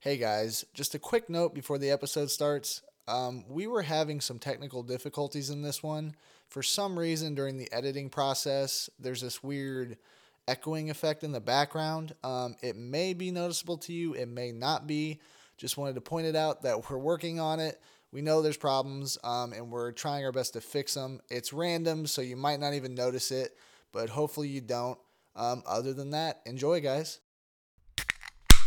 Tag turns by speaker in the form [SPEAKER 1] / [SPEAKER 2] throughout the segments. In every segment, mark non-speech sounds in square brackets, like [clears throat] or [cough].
[SPEAKER 1] Hey guys, just a quick note before the episode starts. Um, we were having some technical difficulties in this one. For some reason, during the editing process, there's this weird echoing effect in the background. Um, it may be noticeable to you, it may not be. Just wanted to point it out that we're working on it. We know there's problems, um, and we're trying our best to fix them. It's random, so you might not even notice it, but hopefully you don't. Um, other than that, enjoy, guys.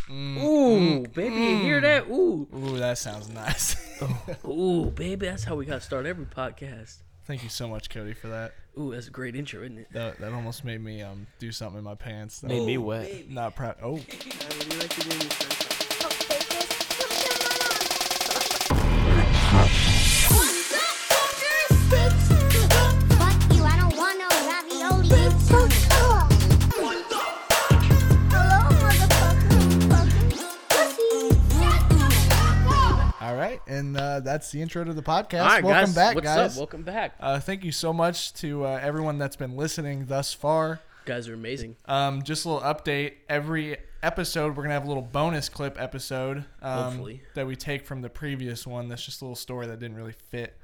[SPEAKER 2] Ooh, baby, you hear that? Ooh,
[SPEAKER 3] Ooh, that sounds nice. [laughs]
[SPEAKER 2] ooh, baby, that's how we gotta start every podcast.
[SPEAKER 3] Thank you so much, Cody, for that.
[SPEAKER 2] Ooh, that's a great intro, isn't it?
[SPEAKER 3] That, that almost made me um do something in my pants. That
[SPEAKER 4] Made me
[SPEAKER 3] I'm
[SPEAKER 4] wet.
[SPEAKER 3] Not proud. Oh, all right, and uh, that's the intro to the podcast.
[SPEAKER 2] All right,
[SPEAKER 3] Welcome
[SPEAKER 2] guys,
[SPEAKER 3] back,
[SPEAKER 2] what's
[SPEAKER 3] guys.
[SPEAKER 2] up? Welcome back.
[SPEAKER 3] Uh, thank you so much to uh, everyone that's been listening thus far.
[SPEAKER 2] You guys are amazing.
[SPEAKER 3] Um, just a little update. Every episode, we're gonna have a little bonus clip episode. Um,
[SPEAKER 2] Hopefully.
[SPEAKER 3] that we take from the previous one. That's just a little story that didn't really fit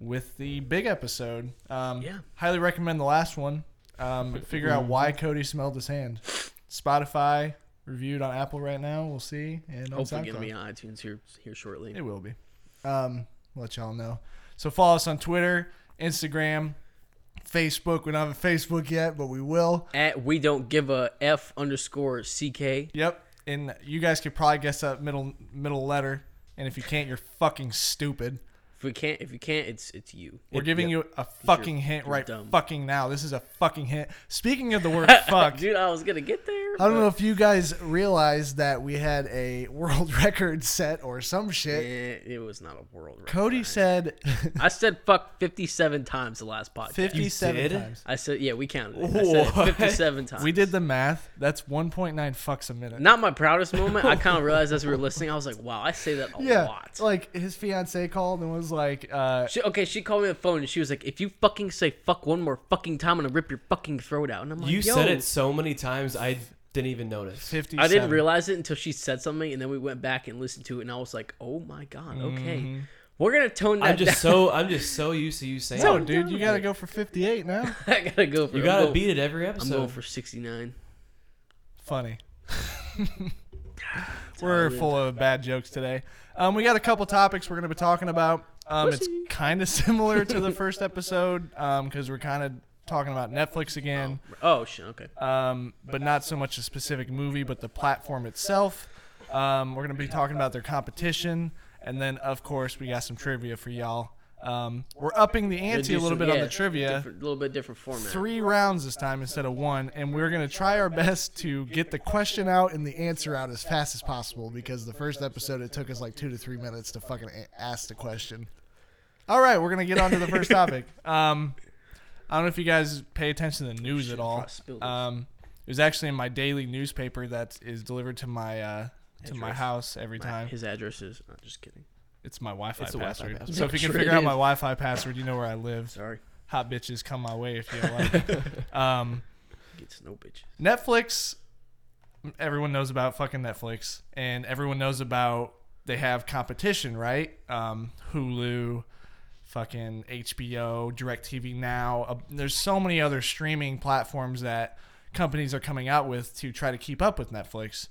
[SPEAKER 3] with the big episode. Um,
[SPEAKER 2] Yeah.
[SPEAKER 3] Highly recommend the last one.
[SPEAKER 2] [laughs]
[SPEAKER 3] Um, figure out why Cody smelled his hand. Spotify reviewed on Apple right now. We'll see. And on
[SPEAKER 2] Hopefully, gonna
[SPEAKER 3] SoundCloud.
[SPEAKER 2] be on iTunes here here shortly.
[SPEAKER 3] It will be. Um, let y'all know. So follow us on Twitter, Instagram, Facebook. We don't have a Facebook yet, but we will.
[SPEAKER 2] At we don't give a f underscore ck.
[SPEAKER 3] Yep. And you guys could probably guess that middle middle letter. And if you can't, you're fucking stupid.
[SPEAKER 2] If we can't, if you can't, it's it's you. [laughs]
[SPEAKER 3] We're giving you a fucking hint
[SPEAKER 2] you're
[SPEAKER 3] right
[SPEAKER 2] dumb.
[SPEAKER 3] fucking now. This is a fucking hint. Speaking of the
[SPEAKER 2] [laughs]
[SPEAKER 3] word fuck,
[SPEAKER 2] Dude, I was gonna get there.
[SPEAKER 1] I don't
[SPEAKER 2] but-
[SPEAKER 1] know if you guys realize that we had a
[SPEAKER 3] [laughs]
[SPEAKER 1] world record set or some shit.
[SPEAKER 2] Eh, it was not a world record.
[SPEAKER 3] Cody said
[SPEAKER 2] I said fuck fifty-seven times the last podcast.
[SPEAKER 3] 57
[SPEAKER 4] did?
[SPEAKER 3] times.
[SPEAKER 2] I said yeah, we counted. It. [laughs] I
[SPEAKER 3] [laughs]
[SPEAKER 2] said it
[SPEAKER 4] What?
[SPEAKER 2] fifty-seven times.
[SPEAKER 3] We did the math. That's 1.9 fucks a minute.
[SPEAKER 2] Not my proudest moment. I
[SPEAKER 3] [laughs]
[SPEAKER 2] kind of realized as we were listening, I was like, wow, I say that a
[SPEAKER 1] Yeah,
[SPEAKER 2] lot.
[SPEAKER 1] like his fiance called and was like, uh,
[SPEAKER 2] She, okay, she called me on the phone and she was like, "If you fucking say fuck one more fucking time, I'm gonna rip your fucking throat out." And I'm like,
[SPEAKER 4] You
[SPEAKER 2] Yo.
[SPEAKER 4] said it so many times I didn't even notice.
[SPEAKER 3] 57.
[SPEAKER 2] I didn't realize it until she said something, and then we went back and listened to it, and I was like, "Oh my god, okay, we're gonna tone that
[SPEAKER 4] Mm-hmm. I'm
[SPEAKER 2] [laughs]
[SPEAKER 4] just
[SPEAKER 2] down."
[SPEAKER 4] so I'm just so used to you saying
[SPEAKER 3] No,
[SPEAKER 4] it.
[SPEAKER 3] dude, you gotta go for 58
[SPEAKER 2] [laughs]
[SPEAKER 3] now.
[SPEAKER 2] I gotta go for.
[SPEAKER 4] You
[SPEAKER 2] I'm
[SPEAKER 4] gotta
[SPEAKER 2] going-
[SPEAKER 4] beat it every
[SPEAKER 2] I'm
[SPEAKER 4] episode.
[SPEAKER 2] going for 69.
[SPEAKER 3] Funny. [laughs] We're full of bad jokes today. Um, we got a couple topics we're going to be talking about. Um, it's kind of similar
[SPEAKER 2] [laughs]
[SPEAKER 3] to the first episode because we're kind of talking about Netflix again,
[SPEAKER 2] Oh shit, okay.
[SPEAKER 3] um, but not so much a specific movie, but the platform itself. Um, we're going to be talking about their competition. And then, of course, we got some trivia for y'all. Um, we're upping the
[SPEAKER 2] We'll
[SPEAKER 3] ante
[SPEAKER 2] do
[SPEAKER 3] a little
[SPEAKER 2] some-
[SPEAKER 3] bit on
[SPEAKER 2] yeah,
[SPEAKER 3] the trivia
[SPEAKER 2] different- A little bit different format.
[SPEAKER 3] three rounds this time instead of one, and we're gonna try our best to get the question out and the answer out as fast as possible because the first episode it took us like two to three minutes to fucking a- ask the question. All right, we're gonna get on to the first topic. Um, I don't know if you guys pay attention to the news at all.
[SPEAKER 2] probably spill this.
[SPEAKER 3] Um, it was actually in my daily newspaper that is delivered to my uh, to my
[SPEAKER 2] Address.
[SPEAKER 3] house every
[SPEAKER 2] My-
[SPEAKER 3] time.
[SPEAKER 2] His address is. I'm just kidding.
[SPEAKER 3] It's my Wi-Fi
[SPEAKER 4] It's a Wi-Fi
[SPEAKER 3] password.
[SPEAKER 4] password.
[SPEAKER 3] So if you can
[SPEAKER 2] Sure
[SPEAKER 3] figure
[SPEAKER 2] it
[SPEAKER 3] out
[SPEAKER 2] is.
[SPEAKER 3] my Wi-Fi password, you know where I live.
[SPEAKER 2] Sorry,
[SPEAKER 3] Hot bitches come my way if you like. um,
[SPEAKER 2] get snow bitch.
[SPEAKER 3] Netflix, everyone knows about fucking Netflix, and everyone knows about they have competition, right? Um, Hulu, fucking HBO, DirecTV Now. Uh, there's so many other streaming platforms that companies are coming out with to try to keep up with Netflix.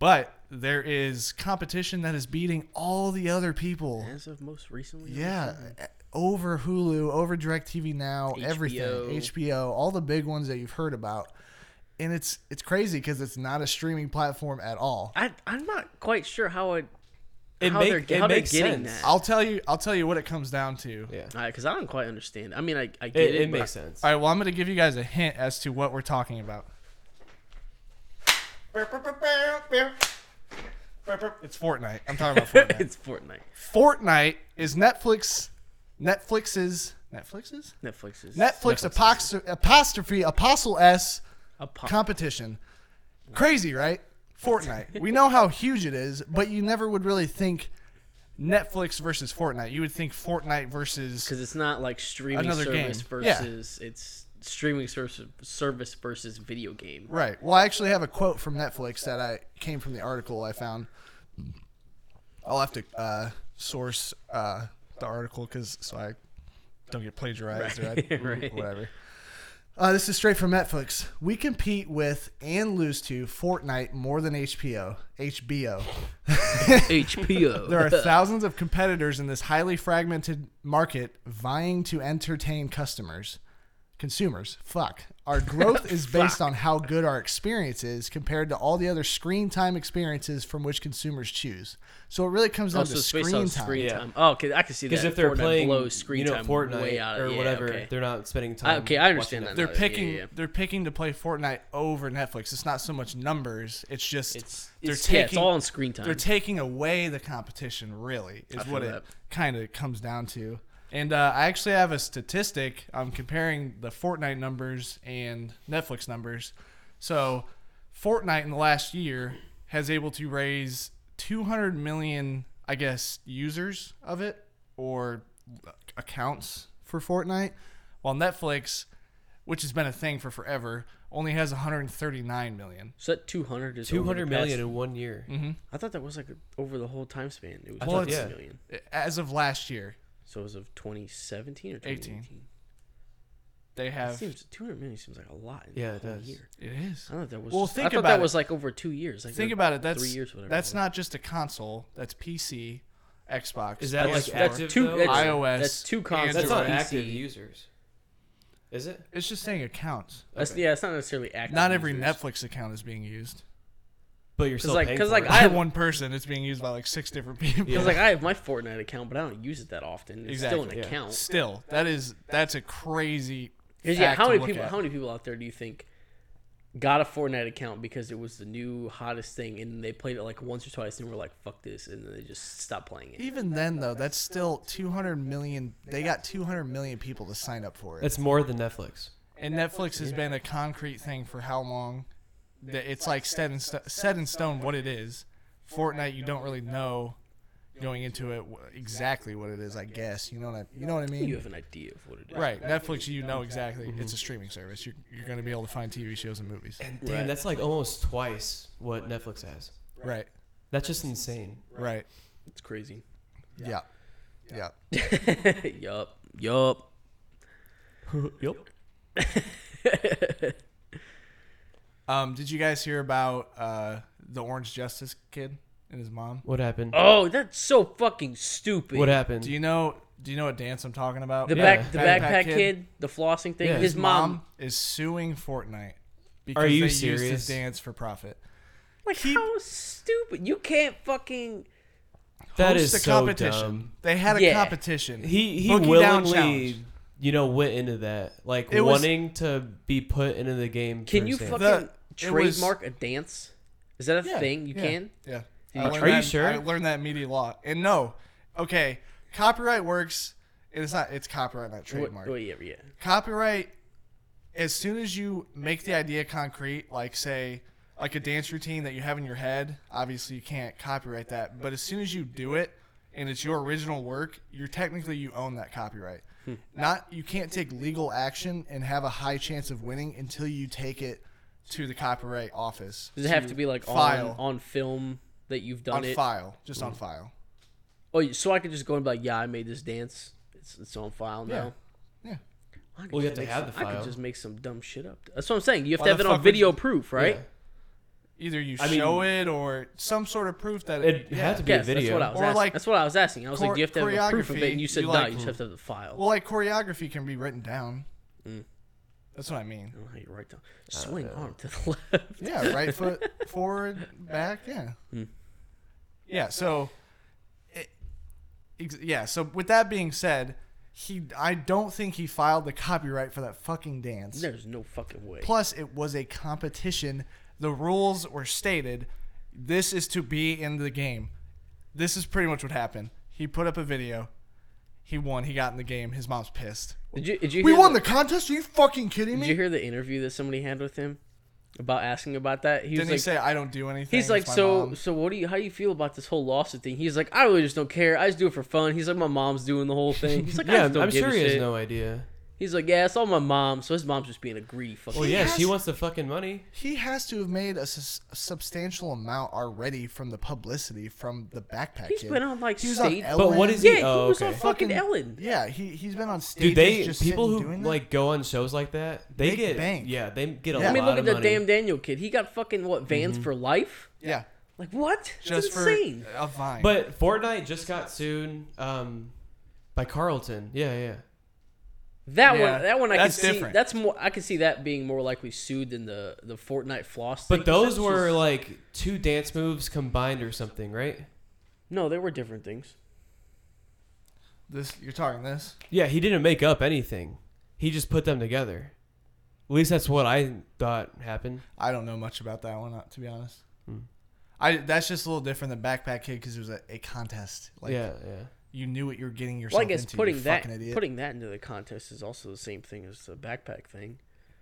[SPEAKER 3] But there is competition that is beating all the other people.
[SPEAKER 2] As of most recently. I
[SPEAKER 1] yeah,
[SPEAKER 2] think.
[SPEAKER 1] over Hulu, over DirecTV Now,
[SPEAKER 2] HBO.
[SPEAKER 1] everything, HBO, all the big ones that you've heard about. And it's it's crazy because it's not a streaming platform at all.
[SPEAKER 2] I I'm not quite sure how it.
[SPEAKER 4] It
[SPEAKER 2] how
[SPEAKER 4] make-
[SPEAKER 2] they're,
[SPEAKER 4] it
[SPEAKER 2] how they're
[SPEAKER 4] makes
[SPEAKER 2] getting
[SPEAKER 4] sense.
[SPEAKER 2] that.
[SPEAKER 3] I'll tell you. I'll tell you what it comes down to.
[SPEAKER 4] Yeah.
[SPEAKER 2] because I don't quite understand. I mean, I, I get
[SPEAKER 4] It,
[SPEAKER 2] it.
[SPEAKER 4] it
[SPEAKER 2] but-
[SPEAKER 4] makes sense.
[SPEAKER 3] All right, well, I'm going to give you guys a hint as to what we're talking about. It's Fortnite. I'm talking about
[SPEAKER 2] [laughs] [laughs]
[SPEAKER 3] Fortnite.
[SPEAKER 2] it's Fortnite.
[SPEAKER 3] Fortnite is Netflix, Netflix's, Netflix's,
[SPEAKER 2] Netflix is
[SPEAKER 3] Netflix apox- apostrophe apostle s
[SPEAKER 2] a pop.
[SPEAKER 3] competition. Crazy, right? Fortnite. We know how huge it is, but you never would really think Netflix versus Fortnite. You would think Fortnite versus
[SPEAKER 2] because it's not like streaming
[SPEAKER 3] Another
[SPEAKER 2] service
[SPEAKER 3] game. Yeah.
[SPEAKER 2] versus it's streaming service service versus video
[SPEAKER 4] [laughs]
[SPEAKER 2] game.
[SPEAKER 1] Right. Well, I actually have a quote from Netflix that I came from the article I found. I'll have to uh, source uh, the article because so I don't get plagiarized or I,
[SPEAKER 2] Right. [laughs]
[SPEAKER 1] whatever. Uh, this is straight from Netflix. We compete with and lose to Fortnite more than HBO. HBO.
[SPEAKER 4] [laughs]
[SPEAKER 2] HBO. [laughs]
[SPEAKER 1] There are thousands of competitors in this highly fragmented market vying to entertain customers. Consumers, fuck. Our growth
[SPEAKER 2] [laughs]
[SPEAKER 1] is based on how good our experience is compared to all the other screen time experiences from which consumers choose. So it really comes down
[SPEAKER 2] also
[SPEAKER 1] to
[SPEAKER 2] space
[SPEAKER 1] screen
[SPEAKER 2] on
[SPEAKER 1] time.
[SPEAKER 2] screen
[SPEAKER 4] Yeah.
[SPEAKER 2] time. Oh, okay, I can see that.
[SPEAKER 4] Because if they're
[SPEAKER 2] Fortnite
[SPEAKER 4] playing,
[SPEAKER 2] blows screen
[SPEAKER 4] you know,
[SPEAKER 2] time
[SPEAKER 4] Fortnite
[SPEAKER 2] way out of,
[SPEAKER 4] or
[SPEAKER 2] yeah,
[SPEAKER 4] whatever,
[SPEAKER 2] okay.
[SPEAKER 4] they're not spending
[SPEAKER 2] I-
[SPEAKER 4] time.
[SPEAKER 2] okay, I understand that.
[SPEAKER 4] watching
[SPEAKER 3] They're
[SPEAKER 2] now.
[SPEAKER 3] picking.
[SPEAKER 2] Oh, Yeah, yeah.
[SPEAKER 3] They're picking to play Fortnite over Netflix. It's not so much numbers. It's just
[SPEAKER 4] It's-
[SPEAKER 3] they're
[SPEAKER 2] It's-
[SPEAKER 3] taking.
[SPEAKER 2] yeah, it's all on screen time.
[SPEAKER 3] they're taking away the competition. Really, is
[SPEAKER 2] feel
[SPEAKER 3] what it
[SPEAKER 2] that.
[SPEAKER 3] kind of comes down to. And uh, I actually have a statistic. I'm comparing the Fortnite numbers and Netflix numbers. So, Fortnite in the last year has able to raise 200 million, I guess, users of it or uh, accounts for Fortnite, while Netflix, which has been a thing for forever, only has 139 million.
[SPEAKER 2] So that 200 is over the Mhm.
[SPEAKER 4] Two hundred million
[SPEAKER 2] past-
[SPEAKER 4] in one year.
[SPEAKER 2] I thought that was like over the whole time span. It was
[SPEAKER 4] Well,
[SPEAKER 2] 200
[SPEAKER 4] it's-
[SPEAKER 2] million.
[SPEAKER 3] As of last year,
[SPEAKER 2] So it was of 2017 or
[SPEAKER 3] 18.
[SPEAKER 2] 2018.
[SPEAKER 3] they
[SPEAKER 2] That
[SPEAKER 3] have. It
[SPEAKER 2] seems 200 million seems like a lot. In
[SPEAKER 4] Yeah,
[SPEAKER 2] a
[SPEAKER 4] it
[SPEAKER 2] whole
[SPEAKER 4] does.
[SPEAKER 2] Year.
[SPEAKER 3] is.
[SPEAKER 2] I thought that was.
[SPEAKER 3] Well,
[SPEAKER 2] just- I
[SPEAKER 3] think
[SPEAKER 2] thought
[SPEAKER 3] about
[SPEAKER 2] that
[SPEAKER 3] it.
[SPEAKER 2] was like over two years. Like
[SPEAKER 3] Think
[SPEAKER 2] or
[SPEAKER 3] about it. That's
[SPEAKER 2] three years. Whatever.
[SPEAKER 3] that's
[SPEAKER 2] it was.
[SPEAKER 3] not just a console. that's PC, Xbox.
[SPEAKER 4] Is that
[SPEAKER 2] That's-
[SPEAKER 4] like
[SPEAKER 2] that's
[SPEAKER 4] active
[SPEAKER 2] two-
[SPEAKER 4] though?
[SPEAKER 2] that's-
[SPEAKER 3] iOS,
[SPEAKER 2] That's two
[SPEAKER 3] Android.
[SPEAKER 2] consoles.
[SPEAKER 4] That's not
[SPEAKER 3] Android.
[SPEAKER 4] active
[SPEAKER 2] PC.
[SPEAKER 4] users, is it?
[SPEAKER 3] It's just saying accounts.
[SPEAKER 2] That's,
[SPEAKER 4] Okay.
[SPEAKER 2] Yeah, it's not necessarily active.
[SPEAKER 3] Not every
[SPEAKER 2] users.
[SPEAKER 3] Netflix account is being used.
[SPEAKER 4] But you're still
[SPEAKER 2] like-
[SPEAKER 4] paying
[SPEAKER 2] 'cause
[SPEAKER 4] for
[SPEAKER 2] like
[SPEAKER 4] it.
[SPEAKER 2] I-
[SPEAKER 3] By one person, it's being used by like six different [laughs] people.
[SPEAKER 2] Because like I have my Fortnite account, but I don't use it that often. It's still an
[SPEAKER 3] Exactly,
[SPEAKER 4] yeah.
[SPEAKER 2] account.
[SPEAKER 3] Still, that is that's a crazy.
[SPEAKER 2] 'Cause, yeah,
[SPEAKER 3] fact
[SPEAKER 2] how
[SPEAKER 3] to
[SPEAKER 2] many
[SPEAKER 3] look
[SPEAKER 2] people?
[SPEAKER 3] at.
[SPEAKER 2] How many people out there do you think got a Fortnite account because it was the new hottest thing, and they played it like once or twice, and were like, "Fuck this," and then they just stopped playing
[SPEAKER 3] E
[SPEAKER 2] it.
[SPEAKER 1] Even then, though, that's still 200 million. They got 200 million people to sign up for it.
[SPEAKER 4] That's more than Netflix.
[SPEAKER 3] And Netflix has been a concrete thing for how long? That it's like set in st- set in stone what it is. Fortnite, you don't really know going into it wh- exactly what it is. I guess you know what I, you know what I
[SPEAKER 2] You
[SPEAKER 1] mean.
[SPEAKER 2] have an idea of what it is.
[SPEAKER 3] Right, Netflix, you know exactly. It's a streaming service. You're, you're going to be able to find TV shows Mm-hmm. and movies.
[SPEAKER 4] Damn,
[SPEAKER 2] Right.
[SPEAKER 4] that's like almost twice what Netflix has.
[SPEAKER 3] Right,
[SPEAKER 4] That's just insane.
[SPEAKER 3] right,
[SPEAKER 2] It's crazy.
[SPEAKER 1] Yeah. Yeah.
[SPEAKER 2] [laughs] yup.
[SPEAKER 4] [laughs]
[SPEAKER 2] Yup.
[SPEAKER 4] yep.
[SPEAKER 3] Um, did you guys hear about uh, the Orange Justice kid and his mom?
[SPEAKER 4] What happened?
[SPEAKER 2] Oh, that's so fucking stupid.
[SPEAKER 4] what happened?
[SPEAKER 3] Do you know? Do you know what dance I'm talking about?
[SPEAKER 2] The
[SPEAKER 4] Yeah.
[SPEAKER 2] back, the
[SPEAKER 3] Backpack
[SPEAKER 2] backpack,
[SPEAKER 3] kid.
[SPEAKER 2] kid, the flossing thing.
[SPEAKER 4] Yeah.
[SPEAKER 2] his
[SPEAKER 4] His
[SPEAKER 2] mom,
[SPEAKER 3] is suing Fortnite because
[SPEAKER 4] you
[SPEAKER 3] they used his
[SPEAKER 4] serious?
[SPEAKER 3] dance for profit.
[SPEAKER 2] like, how stupid! You can't fucking.
[SPEAKER 4] that
[SPEAKER 3] Host
[SPEAKER 4] is
[SPEAKER 3] a
[SPEAKER 4] so
[SPEAKER 3] competition.
[SPEAKER 4] dumb.
[SPEAKER 3] They had a
[SPEAKER 2] Yeah.
[SPEAKER 3] competition.
[SPEAKER 4] He he
[SPEAKER 3] Boogie Down
[SPEAKER 4] willingly,
[SPEAKER 3] Challenge.
[SPEAKER 4] you know, went into that like
[SPEAKER 3] It was-
[SPEAKER 4] wanting to be put into the game.
[SPEAKER 2] Can
[SPEAKER 4] for
[SPEAKER 2] you
[SPEAKER 4] his dance.
[SPEAKER 2] fucking
[SPEAKER 3] The- it was-
[SPEAKER 2] trademark a dance? Is that a thing you
[SPEAKER 3] yeah,
[SPEAKER 2] can?
[SPEAKER 3] Yeah.
[SPEAKER 2] You
[SPEAKER 3] I learned
[SPEAKER 4] Are you
[SPEAKER 3] that-
[SPEAKER 4] sure?
[SPEAKER 3] I learned that in media law. And no, okay, copyright works. It's not. It's copyright, not
[SPEAKER 2] What-
[SPEAKER 3] trademark.
[SPEAKER 2] oh, yeah, yeah.
[SPEAKER 3] copyright as soon as you make the idea concrete like say like a dance routine that you have in your head obviously you can't copyright that but as soon as you do it and it's your original work you're technically you own that copyright not you can't take legal action and have a high chance of winning until you take it to the copyright office
[SPEAKER 2] Does it have to be like
[SPEAKER 3] file.
[SPEAKER 2] on on film that you've done
[SPEAKER 3] on
[SPEAKER 2] it?
[SPEAKER 3] file just on file
[SPEAKER 2] Oh, so I could just go and be like, yeah, I made this dance. It's, it's on file now.
[SPEAKER 3] yeah
[SPEAKER 2] I could
[SPEAKER 4] Well, you
[SPEAKER 2] just
[SPEAKER 4] have to
[SPEAKER 2] make
[SPEAKER 4] have
[SPEAKER 2] some-
[SPEAKER 4] the
[SPEAKER 2] I
[SPEAKER 4] file.
[SPEAKER 2] could just make some dumb shit up. That's what I'm saying. You have
[SPEAKER 3] Why
[SPEAKER 2] to have
[SPEAKER 3] the
[SPEAKER 2] it
[SPEAKER 3] fuck
[SPEAKER 2] on
[SPEAKER 3] would
[SPEAKER 2] video
[SPEAKER 3] you-
[SPEAKER 2] proof, right?
[SPEAKER 3] either you
[SPEAKER 4] I mean-
[SPEAKER 3] show it or some sort of proof that
[SPEAKER 4] It
[SPEAKER 3] yeah.
[SPEAKER 4] had to be
[SPEAKER 2] Yes,
[SPEAKER 4] a video.
[SPEAKER 2] that's what I
[SPEAKER 4] [laughs]
[SPEAKER 2] was
[SPEAKER 3] Or,
[SPEAKER 2] asking.
[SPEAKER 3] like,
[SPEAKER 2] that's what I was asking. I was
[SPEAKER 3] chor-
[SPEAKER 2] like, do you have to have a proof of it? And you
[SPEAKER 3] choreography,
[SPEAKER 2] said
[SPEAKER 3] you
[SPEAKER 2] no,
[SPEAKER 3] like-
[SPEAKER 2] you just have to have the file.
[SPEAKER 3] well like choreography can be written down that's what i mean
[SPEAKER 2] I don't know how you write down.
[SPEAKER 3] uh,
[SPEAKER 2] Swing arm to the [laughs] left.
[SPEAKER 3] Yeah, right foot forward, back. Yeah.
[SPEAKER 2] Hmm.
[SPEAKER 3] Yeah. So, it, ex- yeah. So with that being said, he I don't think he filed the copyright for that fucking dance.
[SPEAKER 2] There's no fucking way.
[SPEAKER 3] Plus, it was a competition. The rules were stated. This is to be in the game. This is pretty much what happened. He put up a video. He won. He got in the game. His mom's pissed.
[SPEAKER 2] Did you, did you
[SPEAKER 3] We
[SPEAKER 2] hear
[SPEAKER 3] won
[SPEAKER 2] the,
[SPEAKER 3] the contest. Are you fucking kidding
[SPEAKER 2] Did you
[SPEAKER 3] me?
[SPEAKER 2] hear the interview that somebody had with him about asking about that? He was
[SPEAKER 3] Didn't he
[SPEAKER 2] like,
[SPEAKER 3] say I don't do anything?
[SPEAKER 2] he's like,
[SPEAKER 3] It's my
[SPEAKER 2] so,
[SPEAKER 3] mom."
[SPEAKER 2] so what do you, how do you feel about this whole lawsuit thing? He's like,
[SPEAKER 3] [laughs]
[SPEAKER 2] I really just don't care. I just do it for fun. He's like, my mom's doing the whole thing. He's like, I
[SPEAKER 4] yeah,
[SPEAKER 2] just don't
[SPEAKER 4] I'm
[SPEAKER 2] give
[SPEAKER 4] sure
[SPEAKER 2] a
[SPEAKER 4] he has
[SPEAKER 2] shit.
[SPEAKER 4] no idea.
[SPEAKER 2] He's like, yeah, it's all my mom. So his mom's just being a greedy fucking.
[SPEAKER 4] Well, yeah, she
[SPEAKER 3] has-
[SPEAKER 4] wants the fucking money.
[SPEAKER 3] He has to have made a, sus- a substantial amount already from the publicity from the backpack.
[SPEAKER 2] He's
[SPEAKER 3] kid.
[SPEAKER 2] been on, like,
[SPEAKER 3] He was
[SPEAKER 2] stage-
[SPEAKER 3] Ellen.
[SPEAKER 4] But what is he?
[SPEAKER 2] yeah, he
[SPEAKER 4] oh,
[SPEAKER 2] was
[SPEAKER 4] okay.
[SPEAKER 2] on fucking Ellen.
[SPEAKER 3] Yeah, he he's been on stage.
[SPEAKER 4] Dude, they
[SPEAKER 3] just
[SPEAKER 4] people
[SPEAKER 3] sitting
[SPEAKER 4] who
[SPEAKER 3] doing that?
[SPEAKER 4] like go on shows like that, they
[SPEAKER 3] Make
[SPEAKER 4] get
[SPEAKER 3] bank.
[SPEAKER 4] yeah, they get a
[SPEAKER 3] Yeah.
[SPEAKER 2] I
[SPEAKER 4] lot
[SPEAKER 2] mean, look
[SPEAKER 4] of
[SPEAKER 2] at the
[SPEAKER 4] money.
[SPEAKER 2] damn Daniel kid. He got fucking what vans
[SPEAKER 3] Mm-hmm.
[SPEAKER 2] for life?
[SPEAKER 3] yeah,
[SPEAKER 2] Like what? That's
[SPEAKER 3] just for
[SPEAKER 2] insane.
[SPEAKER 3] a vine.
[SPEAKER 4] But Fortnite just got sued um, by Carlton. Yeah, yeah.
[SPEAKER 2] that
[SPEAKER 3] Yeah,
[SPEAKER 2] one, that one, I
[SPEAKER 3] that's
[SPEAKER 2] can
[SPEAKER 3] different.
[SPEAKER 2] see. That's more. I can see that being more likely sued than the the Fortnite floss. thing,
[SPEAKER 4] But
[SPEAKER 2] 'cause
[SPEAKER 4] those
[SPEAKER 2] that's
[SPEAKER 4] were
[SPEAKER 2] just-
[SPEAKER 4] like two dance moves combined or something, right?
[SPEAKER 2] no, they were different things.
[SPEAKER 3] this you're talking this.
[SPEAKER 4] Yeah, he didn't make up anything. He just put them together. At least that's what I thought happened.
[SPEAKER 3] I don't know much about that one, uh, to be honest.
[SPEAKER 4] Hmm.
[SPEAKER 3] I that's just a little different than backpack kid because it was a, a contest. Like
[SPEAKER 4] yeah, yeah.
[SPEAKER 3] you knew what you were getting yourself
[SPEAKER 2] Well, I guess
[SPEAKER 3] into. you
[SPEAKER 2] putting that
[SPEAKER 3] fucking idiot.
[SPEAKER 2] putting that into the contest is also the same thing as the backpack thing.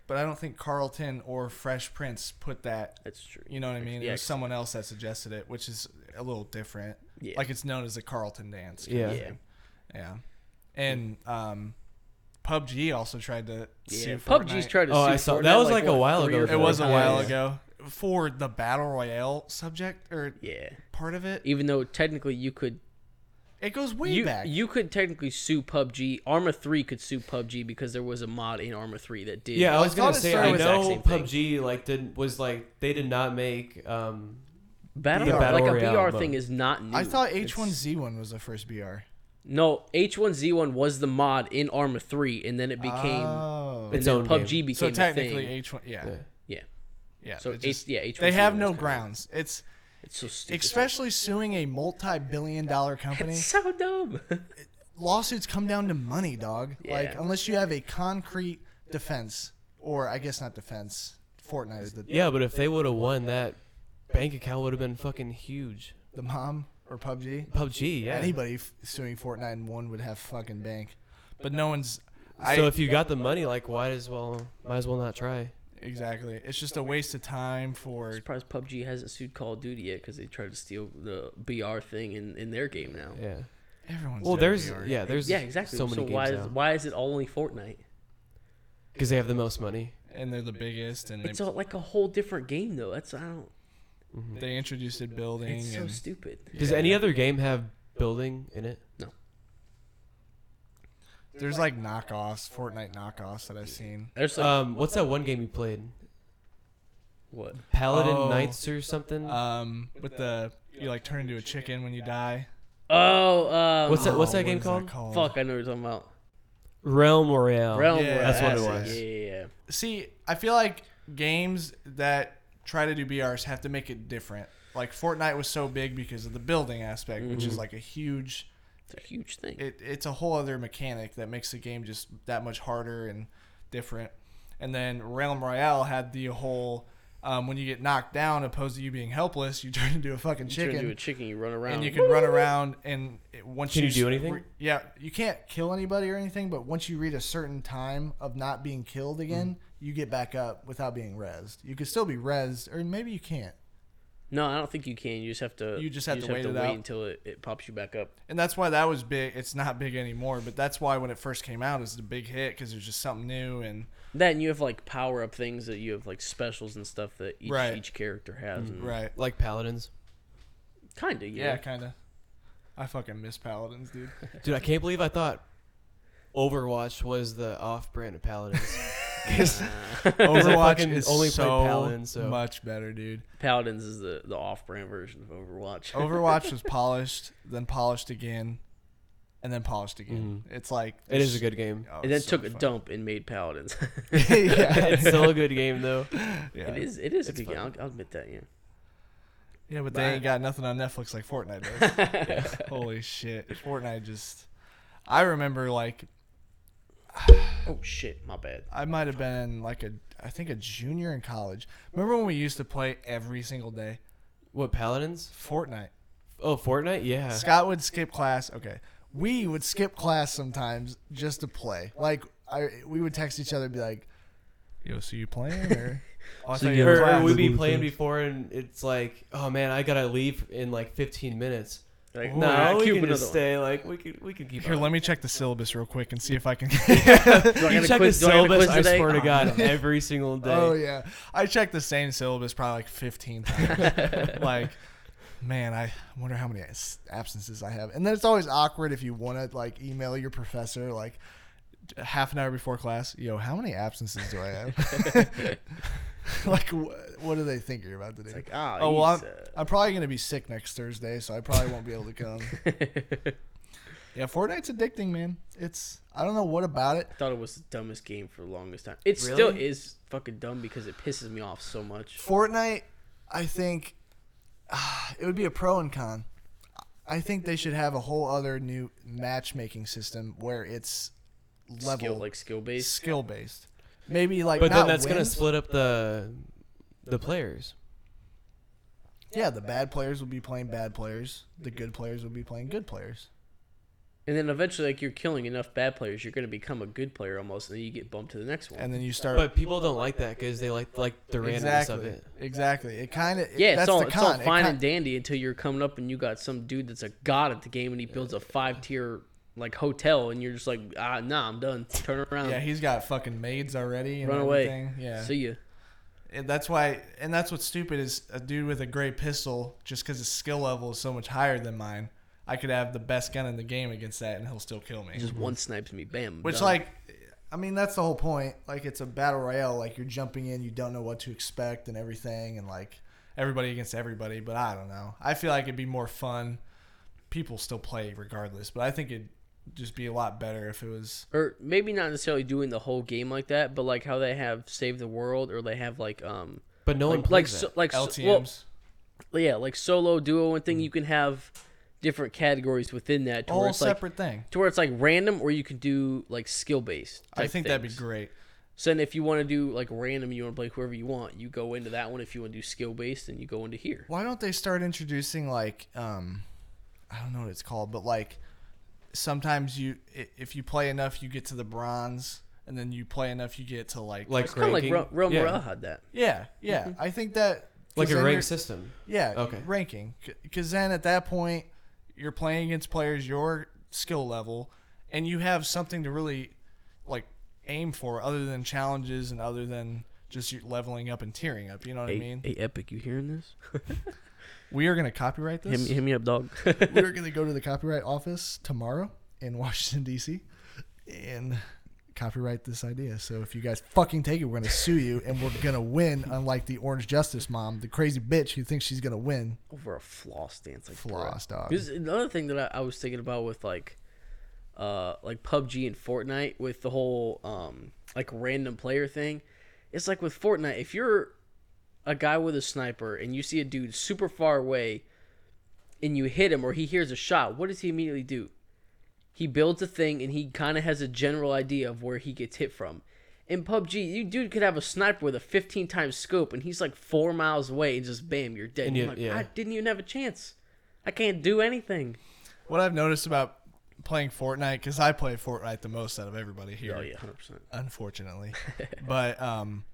[SPEAKER 3] but I don't think Carlton or Fresh Prince put that.
[SPEAKER 2] That's true.
[SPEAKER 3] You know what I mean? it
[SPEAKER 2] Yeah,
[SPEAKER 3] was someone else that suggested it, which is a little different.
[SPEAKER 2] Yeah.
[SPEAKER 3] Like it's known as the Carlton dance.
[SPEAKER 4] Yeah.
[SPEAKER 2] yeah.
[SPEAKER 3] Yeah. And um, PUBG also tried to
[SPEAKER 2] Yeah,
[SPEAKER 3] sue
[SPEAKER 2] PUBG's
[SPEAKER 3] Fortnite.
[SPEAKER 2] tried to.
[SPEAKER 4] Oh,
[SPEAKER 2] sue
[SPEAKER 4] I saw-
[SPEAKER 2] Fortnite,
[SPEAKER 4] that was, like, a
[SPEAKER 2] what,
[SPEAKER 4] while
[SPEAKER 2] three
[SPEAKER 4] ago,
[SPEAKER 2] or
[SPEAKER 4] though.
[SPEAKER 3] It
[SPEAKER 2] four
[SPEAKER 3] was a
[SPEAKER 2] times?
[SPEAKER 3] while
[SPEAKER 4] Yeah.
[SPEAKER 3] ago for the battle royale subject or
[SPEAKER 2] Yeah,
[SPEAKER 3] part of it.
[SPEAKER 2] even though technically you could
[SPEAKER 3] It goes way
[SPEAKER 2] you,
[SPEAKER 3] back.
[SPEAKER 2] You could technically sue PUBG. Arma 3 could sue PUBG because there was a mod in Arma 3 that did.
[SPEAKER 4] Yeah, I
[SPEAKER 3] I
[SPEAKER 4] was
[SPEAKER 3] thought
[SPEAKER 4] gonna
[SPEAKER 3] it
[SPEAKER 4] say
[SPEAKER 3] started
[SPEAKER 4] I
[SPEAKER 3] with the
[SPEAKER 2] exact
[SPEAKER 4] know
[SPEAKER 2] same thing.
[SPEAKER 4] PUBG like did was like they did not make um
[SPEAKER 2] Battle,
[SPEAKER 4] The Battle
[SPEAKER 2] like a
[SPEAKER 4] Royale
[SPEAKER 2] BR
[SPEAKER 4] mode.
[SPEAKER 2] thing is not new.
[SPEAKER 3] I thought H1Z1 was the first BR.
[SPEAKER 2] No, H1Z1 was the mod in Arma 3 and then it became
[SPEAKER 3] Oh.
[SPEAKER 2] and
[SPEAKER 4] Its
[SPEAKER 2] then
[SPEAKER 4] own
[SPEAKER 2] PUBG
[SPEAKER 4] game.
[SPEAKER 2] became
[SPEAKER 3] So
[SPEAKER 2] a thing.
[SPEAKER 3] technically H1 yeah. Yeah.
[SPEAKER 4] yeah.
[SPEAKER 3] yeah
[SPEAKER 2] So
[SPEAKER 3] it
[SPEAKER 2] H-
[SPEAKER 3] just-
[SPEAKER 2] yeah,
[SPEAKER 3] They
[SPEAKER 2] H1Z1
[SPEAKER 3] have
[SPEAKER 2] was
[SPEAKER 3] no
[SPEAKER 2] kinda-
[SPEAKER 3] grounds. It's
[SPEAKER 2] It's so stupid.
[SPEAKER 3] especially suing a multi-billion dollar company.
[SPEAKER 2] It's so dumb. [laughs]
[SPEAKER 3] Lawsuits come down to money, dog. Like
[SPEAKER 2] Yeah.
[SPEAKER 3] unless you have a concrete defense or I guess not defense. Fortnite is the
[SPEAKER 4] Yeah, but if they would have won that bank account would have been fucking huge.
[SPEAKER 3] the mom or PUBG.
[SPEAKER 4] PUBG, yeah.
[SPEAKER 3] Anybody f- suing Fortnite and one would have fucking bank. But no one's. I,
[SPEAKER 4] so if you got the money, like why as well might as well not try.
[SPEAKER 3] exactly, it's just a waste of time for.
[SPEAKER 2] surprised PUBG hasn't sued Call of Duty yet because they tried to steal the BR thing in, in their game now. Yeah,
[SPEAKER 4] Yeah.
[SPEAKER 3] Everyone's
[SPEAKER 4] Well,
[SPEAKER 3] doing
[SPEAKER 4] there's
[SPEAKER 3] VR.
[SPEAKER 4] yeah, there's
[SPEAKER 2] exactly.
[SPEAKER 4] so many
[SPEAKER 2] why
[SPEAKER 4] games
[SPEAKER 2] is why is it all only Fortnite?
[SPEAKER 4] because they have the most money.
[SPEAKER 3] and they're the biggest, and
[SPEAKER 2] It's
[SPEAKER 3] they,
[SPEAKER 2] all, like a whole different game though. That's I don't.
[SPEAKER 3] they introduced it building.
[SPEAKER 2] It's so
[SPEAKER 3] and
[SPEAKER 2] stupid.
[SPEAKER 4] Does any other game have building in it?
[SPEAKER 3] there's like knockoffs, Fortnite knockoffs that I've seen.
[SPEAKER 2] There's like,
[SPEAKER 4] Um, what's that one game you played?
[SPEAKER 2] what?
[SPEAKER 4] Paladin
[SPEAKER 3] Oh.
[SPEAKER 4] Knights or something?
[SPEAKER 3] Um, with the you like turn into a chicken when you die.
[SPEAKER 2] Oh, um,
[SPEAKER 4] what's that?
[SPEAKER 3] Oh,
[SPEAKER 4] What's that
[SPEAKER 3] what
[SPEAKER 4] game
[SPEAKER 3] is
[SPEAKER 4] called?
[SPEAKER 3] called?
[SPEAKER 2] Fuck, I know what you're talking about.
[SPEAKER 4] Realm Royale.
[SPEAKER 2] Realm.
[SPEAKER 3] yeah,
[SPEAKER 2] Royale.
[SPEAKER 3] that's what it
[SPEAKER 2] Yes,
[SPEAKER 4] was.
[SPEAKER 2] Yeah, yeah, yeah.
[SPEAKER 3] See, I feel like games that try to do BRs have to make it different. Like Fortnite was so big because of the building aspect, which
[SPEAKER 2] Mhm.
[SPEAKER 3] is like a huge
[SPEAKER 2] It's a huge thing.
[SPEAKER 3] it, it's a whole other mechanic that makes the game just that much harder and different. And then Realm Royale had the whole um, when you get knocked down, opposed to you being helpless, you [laughs] turn into a fucking
[SPEAKER 2] you turn
[SPEAKER 3] chicken,
[SPEAKER 2] into a chicken, you run around.
[SPEAKER 3] and you can run around. And it, once
[SPEAKER 4] Um, Can you do
[SPEAKER 3] s-
[SPEAKER 4] anything?
[SPEAKER 3] re- yeah, you can't kill anybody or anything, but once you reach a certain time of not being killed
[SPEAKER 4] Mm-hmm.
[SPEAKER 3] again, you get back up without being rezzed. You could still be rezzed, or maybe you can't.
[SPEAKER 2] no, I don't think you can. You just have to.
[SPEAKER 3] You just have to wait it out.
[SPEAKER 2] until it, it pops you back up.
[SPEAKER 3] and that's why that was big. It's not big anymore, but that's why when it first came out, it was a big hit because it was just something new and.
[SPEAKER 2] Then you have like power up things that you have like specials and stuff that each,
[SPEAKER 3] Right. Mm,
[SPEAKER 2] each character has. And
[SPEAKER 3] Right.
[SPEAKER 4] Like Paladins.
[SPEAKER 2] Kind of, yeah.
[SPEAKER 3] Yeah, kind of. I fucking miss Paladins,
[SPEAKER 4] [laughs]
[SPEAKER 3] dude.
[SPEAKER 4] Dude, I can't believe I thought Overwatch was the off-brand of Paladins.
[SPEAKER 3] Overwatch
[SPEAKER 4] fucking
[SPEAKER 3] is
[SPEAKER 4] only play
[SPEAKER 3] so,
[SPEAKER 4] Paladins, so-
[SPEAKER 3] much better, dude.
[SPEAKER 2] Paladins is the, the off brand version of Overwatch.
[SPEAKER 3] Overwatch was polished, then polished again, and then polished again. It's like
[SPEAKER 4] Mm-hmm. it is a good game.
[SPEAKER 3] Oh,
[SPEAKER 2] [laughs] and then
[SPEAKER 3] it's so
[SPEAKER 2] took a
[SPEAKER 3] fun.
[SPEAKER 2] dump and made Paladins. [laughs]
[SPEAKER 3] [laughs] yeah,
[SPEAKER 4] it's still a good game though.
[SPEAKER 3] yeah.
[SPEAKER 2] it is. It is. a good game. I'll, I'll admit that. Yeah.
[SPEAKER 3] Yeah, but they ain't got nothing on Netflix like Fortnite does. Holy shit, Fortnite just. I remember like
[SPEAKER 2] Oh shit, my
[SPEAKER 3] [laughs]
[SPEAKER 2] bad.
[SPEAKER 3] I might have been like a I think a junior in college. Remember when we used to play every single day
[SPEAKER 4] What Paladins?
[SPEAKER 3] Fortnite?
[SPEAKER 4] Oh, Fortnite. Yeah.
[SPEAKER 3] Scott would skip class. Okay. We would skip class sometimes just to play. Like I, we would text each other and be like, "Yo, so you playing?" Or oh, I thought you
[SPEAKER 4] Or,
[SPEAKER 3] were in
[SPEAKER 4] or
[SPEAKER 3] class."
[SPEAKER 4] we'd be playing before, and it's like, oh man, I gotta leave in like 15 minutes.
[SPEAKER 2] Like,
[SPEAKER 4] no,
[SPEAKER 2] nah,
[SPEAKER 4] we
[SPEAKER 2] keep
[SPEAKER 4] can
[SPEAKER 2] another
[SPEAKER 4] just
[SPEAKER 2] one.
[SPEAKER 4] stay. Like we could, we
[SPEAKER 3] [laughs]
[SPEAKER 4] could keep.
[SPEAKER 3] Here,
[SPEAKER 4] on.
[SPEAKER 3] let me check the syllabus real quick and see if
[SPEAKER 2] [laughs]
[SPEAKER 3] I can.
[SPEAKER 2] Do I
[SPEAKER 4] You
[SPEAKER 2] gotta
[SPEAKER 4] check
[SPEAKER 2] quiz-
[SPEAKER 4] the
[SPEAKER 2] do I gotta
[SPEAKER 4] syllabus.
[SPEAKER 2] quiz
[SPEAKER 4] I
[SPEAKER 2] today? Ah, [laughs]
[SPEAKER 4] swear to God, every single day.
[SPEAKER 3] oh yeah, I checked the same syllabus probably like fifteen times.
[SPEAKER 2] [laughs]
[SPEAKER 3] like, man, I wonder how many s- absences I have. And then it's always awkward if you want to like email your professor like half an hour before class. Yo, how many absences do I have? [laughs] like, wh- what are they thinking about today?
[SPEAKER 2] It's like, ah,
[SPEAKER 3] oh well, I'm,
[SPEAKER 2] he's, uh,
[SPEAKER 3] I'm probably gonna be sick next Thursday, so I probably won't be able to come.
[SPEAKER 2] [laughs]
[SPEAKER 3] yeah, Fortnite's addicting, man. It's I don't know what about it.
[SPEAKER 2] I thought it was the dumbest game for the longest time. It still
[SPEAKER 4] Really?
[SPEAKER 2] is fucking dumb because it pisses me off so much.
[SPEAKER 3] Fortnite, I think [sighs] ah, it would be a pro and con. I think they should have a whole other new matchmaking system where it's level
[SPEAKER 2] Skill, like skill based.
[SPEAKER 3] skill based. Maybe like
[SPEAKER 4] but
[SPEAKER 3] not
[SPEAKER 4] then that's gonna
[SPEAKER 3] wins.
[SPEAKER 4] split up the the players.
[SPEAKER 3] Yeah, the bad players will be playing bad players. The good players will be playing good players.
[SPEAKER 2] And then eventually, like you're killing enough bad players, you're gonna become a good player almost, and then you get bumped to the next one.
[SPEAKER 3] And then you start
[SPEAKER 4] But people don't like that because they like like the randomness
[SPEAKER 3] exactly,
[SPEAKER 4] of it.
[SPEAKER 3] exactly. It kind of
[SPEAKER 2] yeah,
[SPEAKER 3] that's
[SPEAKER 2] it's all,
[SPEAKER 3] the
[SPEAKER 2] it's all
[SPEAKER 3] con. It
[SPEAKER 2] fine
[SPEAKER 3] kin-
[SPEAKER 2] and dandy until you're coming up and you got some dude that's a god at the game and he builds a five tier like hotel and you're just like ah nah I'm done turn around
[SPEAKER 3] yeah, he's got fucking maids already. And
[SPEAKER 2] run away
[SPEAKER 3] everything. Yeah,
[SPEAKER 2] see ya
[SPEAKER 3] And that's why, and that's what's stupid is a dude with a great pistol, just because his skill level is so much higher than mine, I could have the best gun in the game against that, and he'll still kill me.
[SPEAKER 2] just one snipes me bam I'm
[SPEAKER 3] Mm-hmm. Which,
[SPEAKER 2] done.
[SPEAKER 3] like, I mean, that's the whole point. Like, it's a battle royale. Like, you're jumping in, you don't know what to expect, and everything, and like everybody against everybody. But I don't know. I feel like it'd be more fun. People still play regardless, but I think it'd just be a lot better if it was.
[SPEAKER 2] or maybe not necessarily doing the whole game like that but like how they have save the world or they have like um
[SPEAKER 4] But no one
[SPEAKER 2] like
[SPEAKER 4] plays
[SPEAKER 2] like
[SPEAKER 4] that.
[SPEAKER 2] so, like so-
[SPEAKER 3] LTMs.
[SPEAKER 2] well, yeah like solo duo and thing
[SPEAKER 3] Mm-hmm.
[SPEAKER 2] you can have different categories within that to where
[SPEAKER 3] Whole
[SPEAKER 2] it's like
[SPEAKER 3] separate thing.
[SPEAKER 2] to where it's like random or you can do like skill based
[SPEAKER 3] I think that'd be
[SPEAKER 2] great.
[SPEAKER 3] great.
[SPEAKER 2] So then if you want to do like random, you want to play whoever you want, you go into that one. If you want to do skill based, then you go into here.
[SPEAKER 3] Why don't they start introducing like um I don't know what it's called, but like sometimes you i- if you play enough you get to the bronze and then you play enough you get to like
[SPEAKER 4] like
[SPEAKER 2] It's kind of like
[SPEAKER 4] ranking.
[SPEAKER 2] Ro- Real
[SPEAKER 4] yeah.
[SPEAKER 2] Morale had that.
[SPEAKER 3] yeah, yeah. I think that
[SPEAKER 4] like
[SPEAKER 3] 'cause
[SPEAKER 4] a
[SPEAKER 3] then
[SPEAKER 4] ranked
[SPEAKER 3] you're-
[SPEAKER 4] system.
[SPEAKER 3] Yeah,
[SPEAKER 4] Okay.
[SPEAKER 3] ranking. Cuz then at that point you're playing against players your skill level and you have something to really like aim for other than challenges and other than just you leveling up and tearing up, you know what I mean?
[SPEAKER 2] hey, Epic, you hearing [laughs] this?
[SPEAKER 3] We are going to copyright this.
[SPEAKER 2] Hit me, hit me up, dog.
[SPEAKER 3] we're going to go to the copyright office tomorrow in Washington D.C. and copyright this idea. So if you guys fucking take it, we're going to sue you and we're going to win. Unlike the Orange Justice mom, the crazy bitch who thinks she's going to win.
[SPEAKER 2] [laughs] Over a floss dance, like
[SPEAKER 3] Floss, dog.
[SPEAKER 2] Because another thing that I, I was thinking about with like, uh, like PUBG and Fortnite with the whole um like random player thing, it's like with Fortnite if you're a guy with a sniper and you see a dude super far away and you hit him or he hears a shot, what does he immediately do? He builds a thing and he kind of has a general idea of where he gets hit from. In PUBG, you dude could have a sniper with a 15 times scope and he's like four miles away and just bam, you're dead.
[SPEAKER 4] And
[SPEAKER 2] You're
[SPEAKER 4] you-
[SPEAKER 2] like,
[SPEAKER 4] yeah.
[SPEAKER 2] I didn't even have a chance. I can't do anything.
[SPEAKER 3] What I've noticed about playing Fortnite, because I play Fortnite the most out of everybody here.
[SPEAKER 2] Oh yeah, hundred percent. [laughs]
[SPEAKER 3] Unfortunately. but um,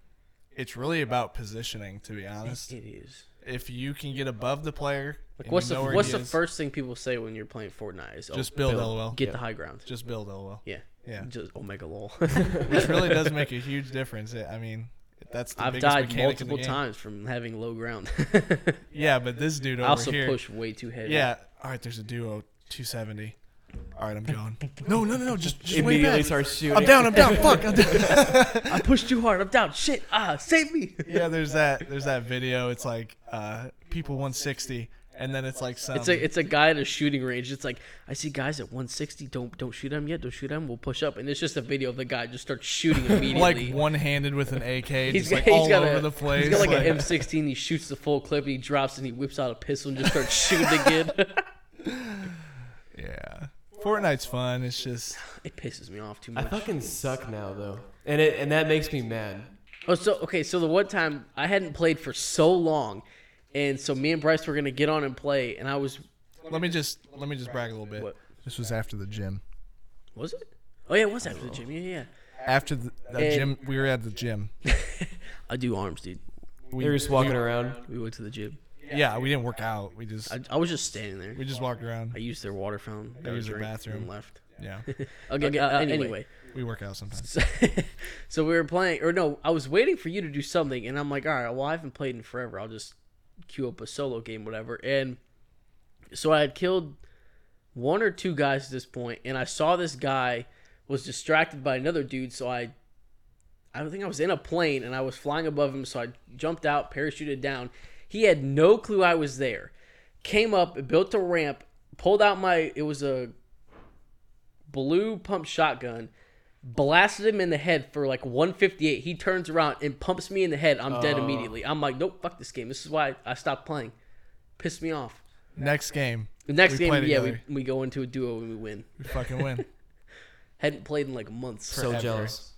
[SPEAKER 3] it's really about positioning, to
[SPEAKER 2] [laughs]
[SPEAKER 3] be honest.
[SPEAKER 2] It is.
[SPEAKER 3] If you can get above the player, and
[SPEAKER 2] Like,
[SPEAKER 3] you
[SPEAKER 2] what's the
[SPEAKER 3] know where
[SPEAKER 2] what's
[SPEAKER 3] he
[SPEAKER 2] the
[SPEAKER 3] is,
[SPEAKER 2] first thing people say when you're playing Fortnite? Is oh,
[SPEAKER 3] Just build
[SPEAKER 4] Build.
[SPEAKER 3] LOL.
[SPEAKER 2] get the high ground.
[SPEAKER 3] Just build LOL.
[SPEAKER 2] Yeah.
[SPEAKER 3] Yeah.
[SPEAKER 2] Just omega lol. [laughs]
[SPEAKER 3] which really does make a huge difference. It- I mean, that's the
[SPEAKER 2] I've
[SPEAKER 3] biggest
[SPEAKER 2] died
[SPEAKER 3] mechanic in the
[SPEAKER 2] multiple
[SPEAKER 3] game.
[SPEAKER 2] times from having low ground. [laughs]
[SPEAKER 3] Yeah, but this dude
[SPEAKER 2] I
[SPEAKER 3] over
[SPEAKER 2] also
[SPEAKER 3] here.
[SPEAKER 2] push way too heavy.
[SPEAKER 3] Yeah. All right, there's a duo 270. All right, I'm going. No, no, no, no. Just, just way
[SPEAKER 4] Immediately
[SPEAKER 3] back.
[SPEAKER 4] starts shooting.
[SPEAKER 3] I'm down. I'm
[SPEAKER 4] [laughs]
[SPEAKER 3] down. Fuck. I'm down.
[SPEAKER 2] I pushed too hard. I'm down. Shit. Ah, save
[SPEAKER 3] [laughs]
[SPEAKER 2] me.
[SPEAKER 3] Yeah, there's that. There's that video. It's like uh, people 160, and then it's like some.
[SPEAKER 2] It's a it's a guy at a shooting range. It's like I see guys at 160. Don't don't shoot him yet. Don't shoot him. We'll push up. And it's just a video of the guy just starts
[SPEAKER 3] [laughs]
[SPEAKER 2] shooting immediately.
[SPEAKER 3] like one-handed with an AK,
[SPEAKER 2] He's
[SPEAKER 3] just like
[SPEAKER 2] got- he's
[SPEAKER 3] all
[SPEAKER 2] got
[SPEAKER 3] over
[SPEAKER 2] a-
[SPEAKER 3] the place.
[SPEAKER 2] He's got like,
[SPEAKER 3] like-
[SPEAKER 2] an M16. He shoots the full clip. And he drops and he whips out a pistol and just starts shooting
[SPEAKER 3] [laughs]
[SPEAKER 2] again.
[SPEAKER 3] yeah, Fortnite's fun. It's just
[SPEAKER 2] it pisses me off too
[SPEAKER 4] I
[SPEAKER 2] much.
[SPEAKER 4] fucking suck now though, and it and that makes me mad.
[SPEAKER 2] Oh, so okay. So the one time I hadn't played for so long, and so me and Bryce were gonna get on and play, and I was
[SPEAKER 3] let me just let me just brag a little bit.
[SPEAKER 2] What?
[SPEAKER 3] This was after the gym.
[SPEAKER 2] was it? Oh yeah, it was after the gym. Yeah, yeah.
[SPEAKER 3] After the, the
[SPEAKER 2] And-
[SPEAKER 3] gym, we were at the gym.
[SPEAKER 2] I do arms, dude.
[SPEAKER 4] They're just walking around.
[SPEAKER 2] We went to the gym.
[SPEAKER 3] Yeah, we didn't work out. We just
[SPEAKER 2] I, I was just standing there.
[SPEAKER 3] we just walked
[SPEAKER 2] I
[SPEAKER 3] around.
[SPEAKER 2] used their water fountain. got a
[SPEAKER 3] used their
[SPEAKER 2] drink,
[SPEAKER 3] bathroom.
[SPEAKER 2] and left. [laughs]
[SPEAKER 3] Yeah,
[SPEAKER 2] Okay, uh, anyway.
[SPEAKER 3] we work out sometimes.
[SPEAKER 2] [laughs] So, so we were playing, or no, I was waiting for you to do something, and I'm like, all right, well, I haven't played in forever. I'll just queue up a solo game, whatever. And so I had killed one or two guys at this point, and I saw this guy was distracted by another dude, so I. I don't think I was in a plane and I was flying above him, so I jumped out, parachuted down. He had no clue I was there. Came up, built a ramp, pulled out my. It was a blue pump shotgun, blasted him in the head for like 158. He turns around and pumps me in the head. I'm
[SPEAKER 3] Oh.
[SPEAKER 2] dead immediately. I'm like, nope, fuck this game. This is why I stopped playing. Pissed me off.
[SPEAKER 3] Next game,
[SPEAKER 2] The next
[SPEAKER 3] We
[SPEAKER 2] game,
[SPEAKER 3] play
[SPEAKER 2] yeah, we,
[SPEAKER 3] together.
[SPEAKER 2] we go into a duo and we win.
[SPEAKER 3] we fucking [laughs] win.
[SPEAKER 2] Hadn't played in like months.
[SPEAKER 4] So
[SPEAKER 3] Forever.
[SPEAKER 4] jealous.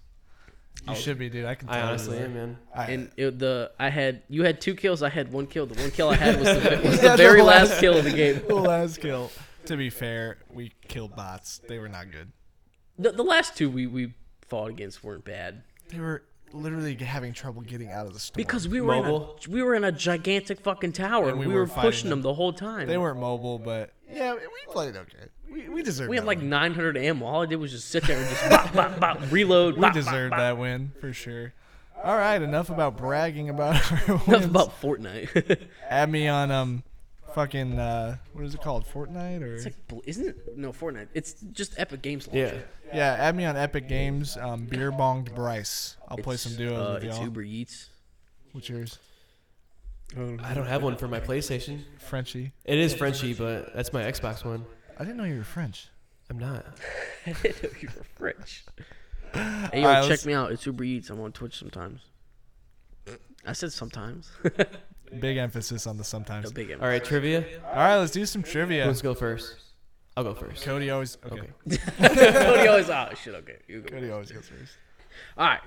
[SPEAKER 3] You should be, dude. I can. Tell
[SPEAKER 4] I
[SPEAKER 3] you.
[SPEAKER 4] honestly am, man.
[SPEAKER 3] I-
[SPEAKER 2] and it, the I had you had two kills. I had one kill. The one kill I had was
[SPEAKER 3] [laughs]
[SPEAKER 2] the, was
[SPEAKER 3] Yeah,
[SPEAKER 2] the very
[SPEAKER 3] the
[SPEAKER 2] last
[SPEAKER 3] last-
[SPEAKER 2] kill of the game.
[SPEAKER 3] the last kill. To be fair, we killed bots. They were not good.
[SPEAKER 2] The, the last two we we fought against weren't bad
[SPEAKER 3] They were literally having trouble getting out of the storm
[SPEAKER 2] because we were in
[SPEAKER 4] Mobile?
[SPEAKER 2] a, we were in a gigantic fucking tower and
[SPEAKER 3] we
[SPEAKER 2] we,
[SPEAKER 3] were
[SPEAKER 2] were,
[SPEAKER 3] fighting
[SPEAKER 2] pushing
[SPEAKER 3] them.
[SPEAKER 2] them. the whole time.
[SPEAKER 3] they weren't mobile. But yeah, we played okay. We, we deserved.
[SPEAKER 2] We had
[SPEAKER 3] that
[SPEAKER 2] like
[SPEAKER 3] win.
[SPEAKER 2] 900 ammo. All I did was just sit there and just
[SPEAKER 3] [laughs]
[SPEAKER 2] bop, bop, bop, reload.
[SPEAKER 3] we
[SPEAKER 2] bop,
[SPEAKER 3] deserved
[SPEAKER 2] bop,
[SPEAKER 3] that win for sure. All right, enough about bragging about [laughs] our
[SPEAKER 2] bop.
[SPEAKER 3] wins.
[SPEAKER 2] Enough [laughs] about
[SPEAKER 3] [laughs]
[SPEAKER 2] Fortnite.
[SPEAKER 3] Add me on um, fucking uh, what is it called, Fortnite or
[SPEAKER 2] it's like, bl- isn't it? No, Fortnite. It's just Epic Games
[SPEAKER 4] Yeah.
[SPEAKER 2] launcher.
[SPEAKER 3] yeah? Add me on Epic Games. Um, beer bonged Bryce. I'll play
[SPEAKER 2] It's,
[SPEAKER 3] some duos
[SPEAKER 2] Uh,
[SPEAKER 3] with
[SPEAKER 2] it's
[SPEAKER 3] y'all.
[SPEAKER 2] Uber Eats. [laughs]
[SPEAKER 3] [laughs] What's yours,
[SPEAKER 4] I don't have one for my PlayStation.
[SPEAKER 3] Frenchie?
[SPEAKER 4] It is Frenchy, but that's my Xbox one.
[SPEAKER 3] I didn't know you were French.
[SPEAKER 4] I'm not.
[SPEAKER 2] I didn't know you were French. Hey, yo,
[SPEAKER 3] Alright, let's-
[SPEAKER 2] check me out. It's Uber Eats. I'm on Twitch sometimes. I said sometimes. [laughs]
[SPEAKER 3] Big emphasis on the sometimes.
[SPEAKER 2] no big M.
[SPEAKER 4] All right, trivia.
[SPEAKER 3] All right, let's do some trivia.
[SPEAKER 4] Let's go first? I'll go first.
[SPEAKER 3] Cody always okay.
[SPEAKER 2] [laughs] Cody always, oh, shit, okay. You go.
[SPEAKER 3] Cody always goes first.
[SPEAKER 2] All right.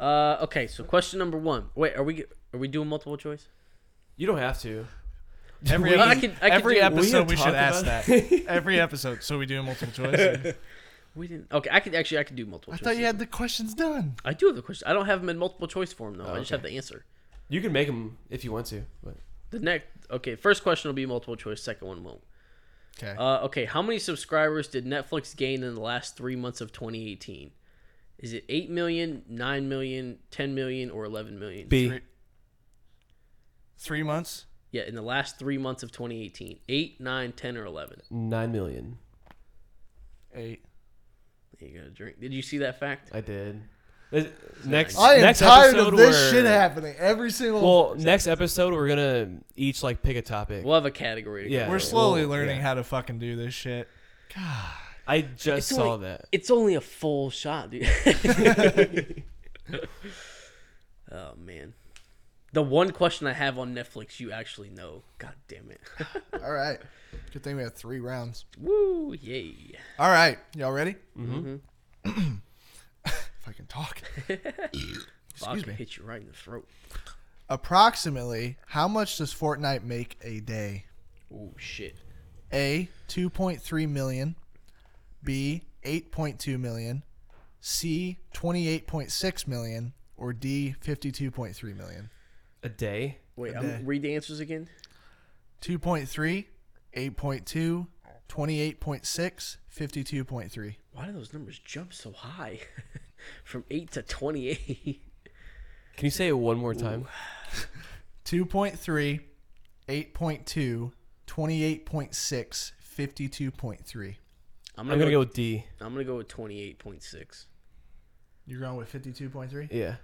[SPEAKER 2] Uh, okay, so question number one. Wait, are we are we doing multiple choice?
[SPEAKER 4] You don't have to.
[SPEAKER 2] [laughs]
[SPEAKER 3] Every,
[SPEAKER 2] Well, I
[SPEAKER 3] epi-
[SPEAKER 2] could- I could
[SPEAKER 3] every
[SPEAKER 2] do- we
[SPEAKER 3] episode
[SPEAKER 4] have
[SPEAKER 3] we, should
[SPEAKER 4] talked
[SPEAKER 3] ask
[SPEAKER 4] about
[SPEAKER 3] that. every episode. So we
[SPEAKER 2] [laughs]
[SPEAKER 3] do multiple choice.
[SPEAKER 2] We didn't. Okay, I could actually I could do multiple.
[SPEAKER 3] I
[SPEAKER 2] choice.
[SPEAKER 3] thought you had the questions done.
[SPEAKER 2] I do have the question. I don't have them in multiple choice form though. I just have the answer.
[SPEAKER 4] You can make them if you want to, but
[SPEAKER 2] The next, okay, first question will be multiple choice. Second one won't.
[SPEAKER 3] Okay.
[SPEAKER 2] Uh, okay, how many subscribers did Netflix gain in the last three months of 2018? Is it 8 million, 9 million, 10 million, or 11 million?
[SPEAKER 4] B.
[SPEAKER 3] Three- Three months.
[SPEAKER 2] Yeah, in the last three months of 2018. 8, 9, 10, or 11.
[SPEAKER 4] Nine million.
[SPEAKER 3] Eight.
[SPEAKER 2] You got a drink. Did you see that fact?
[SPEAKER 4] I did. This- Next,
[SPEAKER 1] I am
[SPEAKER 4] next
[SPEAKER 1] tired
[SPEAKER 4] episode
[SPEAKER 1] of this
[SPEAKER 4] we're-
[SPEAKER 1] shit happening every single.
[SPEAKER 4] Well, next episode we're gonna each like pick a topic.
[SPEAKER 2] We'll have a category. to go.
[SPEAKER 4] Yeah,
[SPEAKER 3] We're slowly
[SPEAKER 4] we'll-
[SPEAKER 3] learning
[SPEAKER 4] yeah.
[SPEAKER 3] how to fucking do this shit.
[SPEAKER 4] I just
[SPEAKER 2] It's
[SPEAKER 4] saw
[SPEAKER 2] only-
[SPEAKER 4] that.
[SPEAKER 2] It's only a full shot, dude. [laughs] oh man. The one question I have on Netflix you actually know. God damn it. [laughs]
[SPEAKER 1] All right. Good thing we had three rounds.
[SPEAKER 2] Woo, yay.
[SPEAKER 1] All right. Y'all ready? Mm-hmm.
[SPEAKER 3] Mm-hmm.
[SPEAKER 1] [coughs] if I can talk.
[SPEAKER 2] Excuse
[SPEAKER 1] me.
[SPEAKER 2] hit you right in the throat.
[SPEAKER 1] Approximately, how much does Fortnite make a day?
[SPEAKER 2] Oh shit.
[SPEAKER 1] A, 2.3 million. B, 8.2 million. C, 28.6 million. Or D, 52.3 million.
[SPEAKER 4] A day.
[SPEAKER 2] Wait,
[SPEAKER 1] Okay.
[SPEAKER 2] I'm, read the answers again.
[SPEAKER 1] 2.3, 8.2, 28.6, 52.3.
[SPEAKER 2] Why do those numbers jump so high? [laughs] From 8 to 28.
[SPEAKER 4] Can you say it one more time?
[SPEAKER 1] 2.3, 8.2, 28.6, 52.3.
[SPEAKER 2] I'm going
[SPEAKER 4] I'm
[SPEAKER 2] to
[SPEAKER 4] gonna go
[SPEAKER 2] go
[SPEAKER 4] with D.
[SPEAKER 2] I'm going to go with 28.6.
[SPEAKER 1] You're going with 52.3?
[SPEAKER 4] Yeah.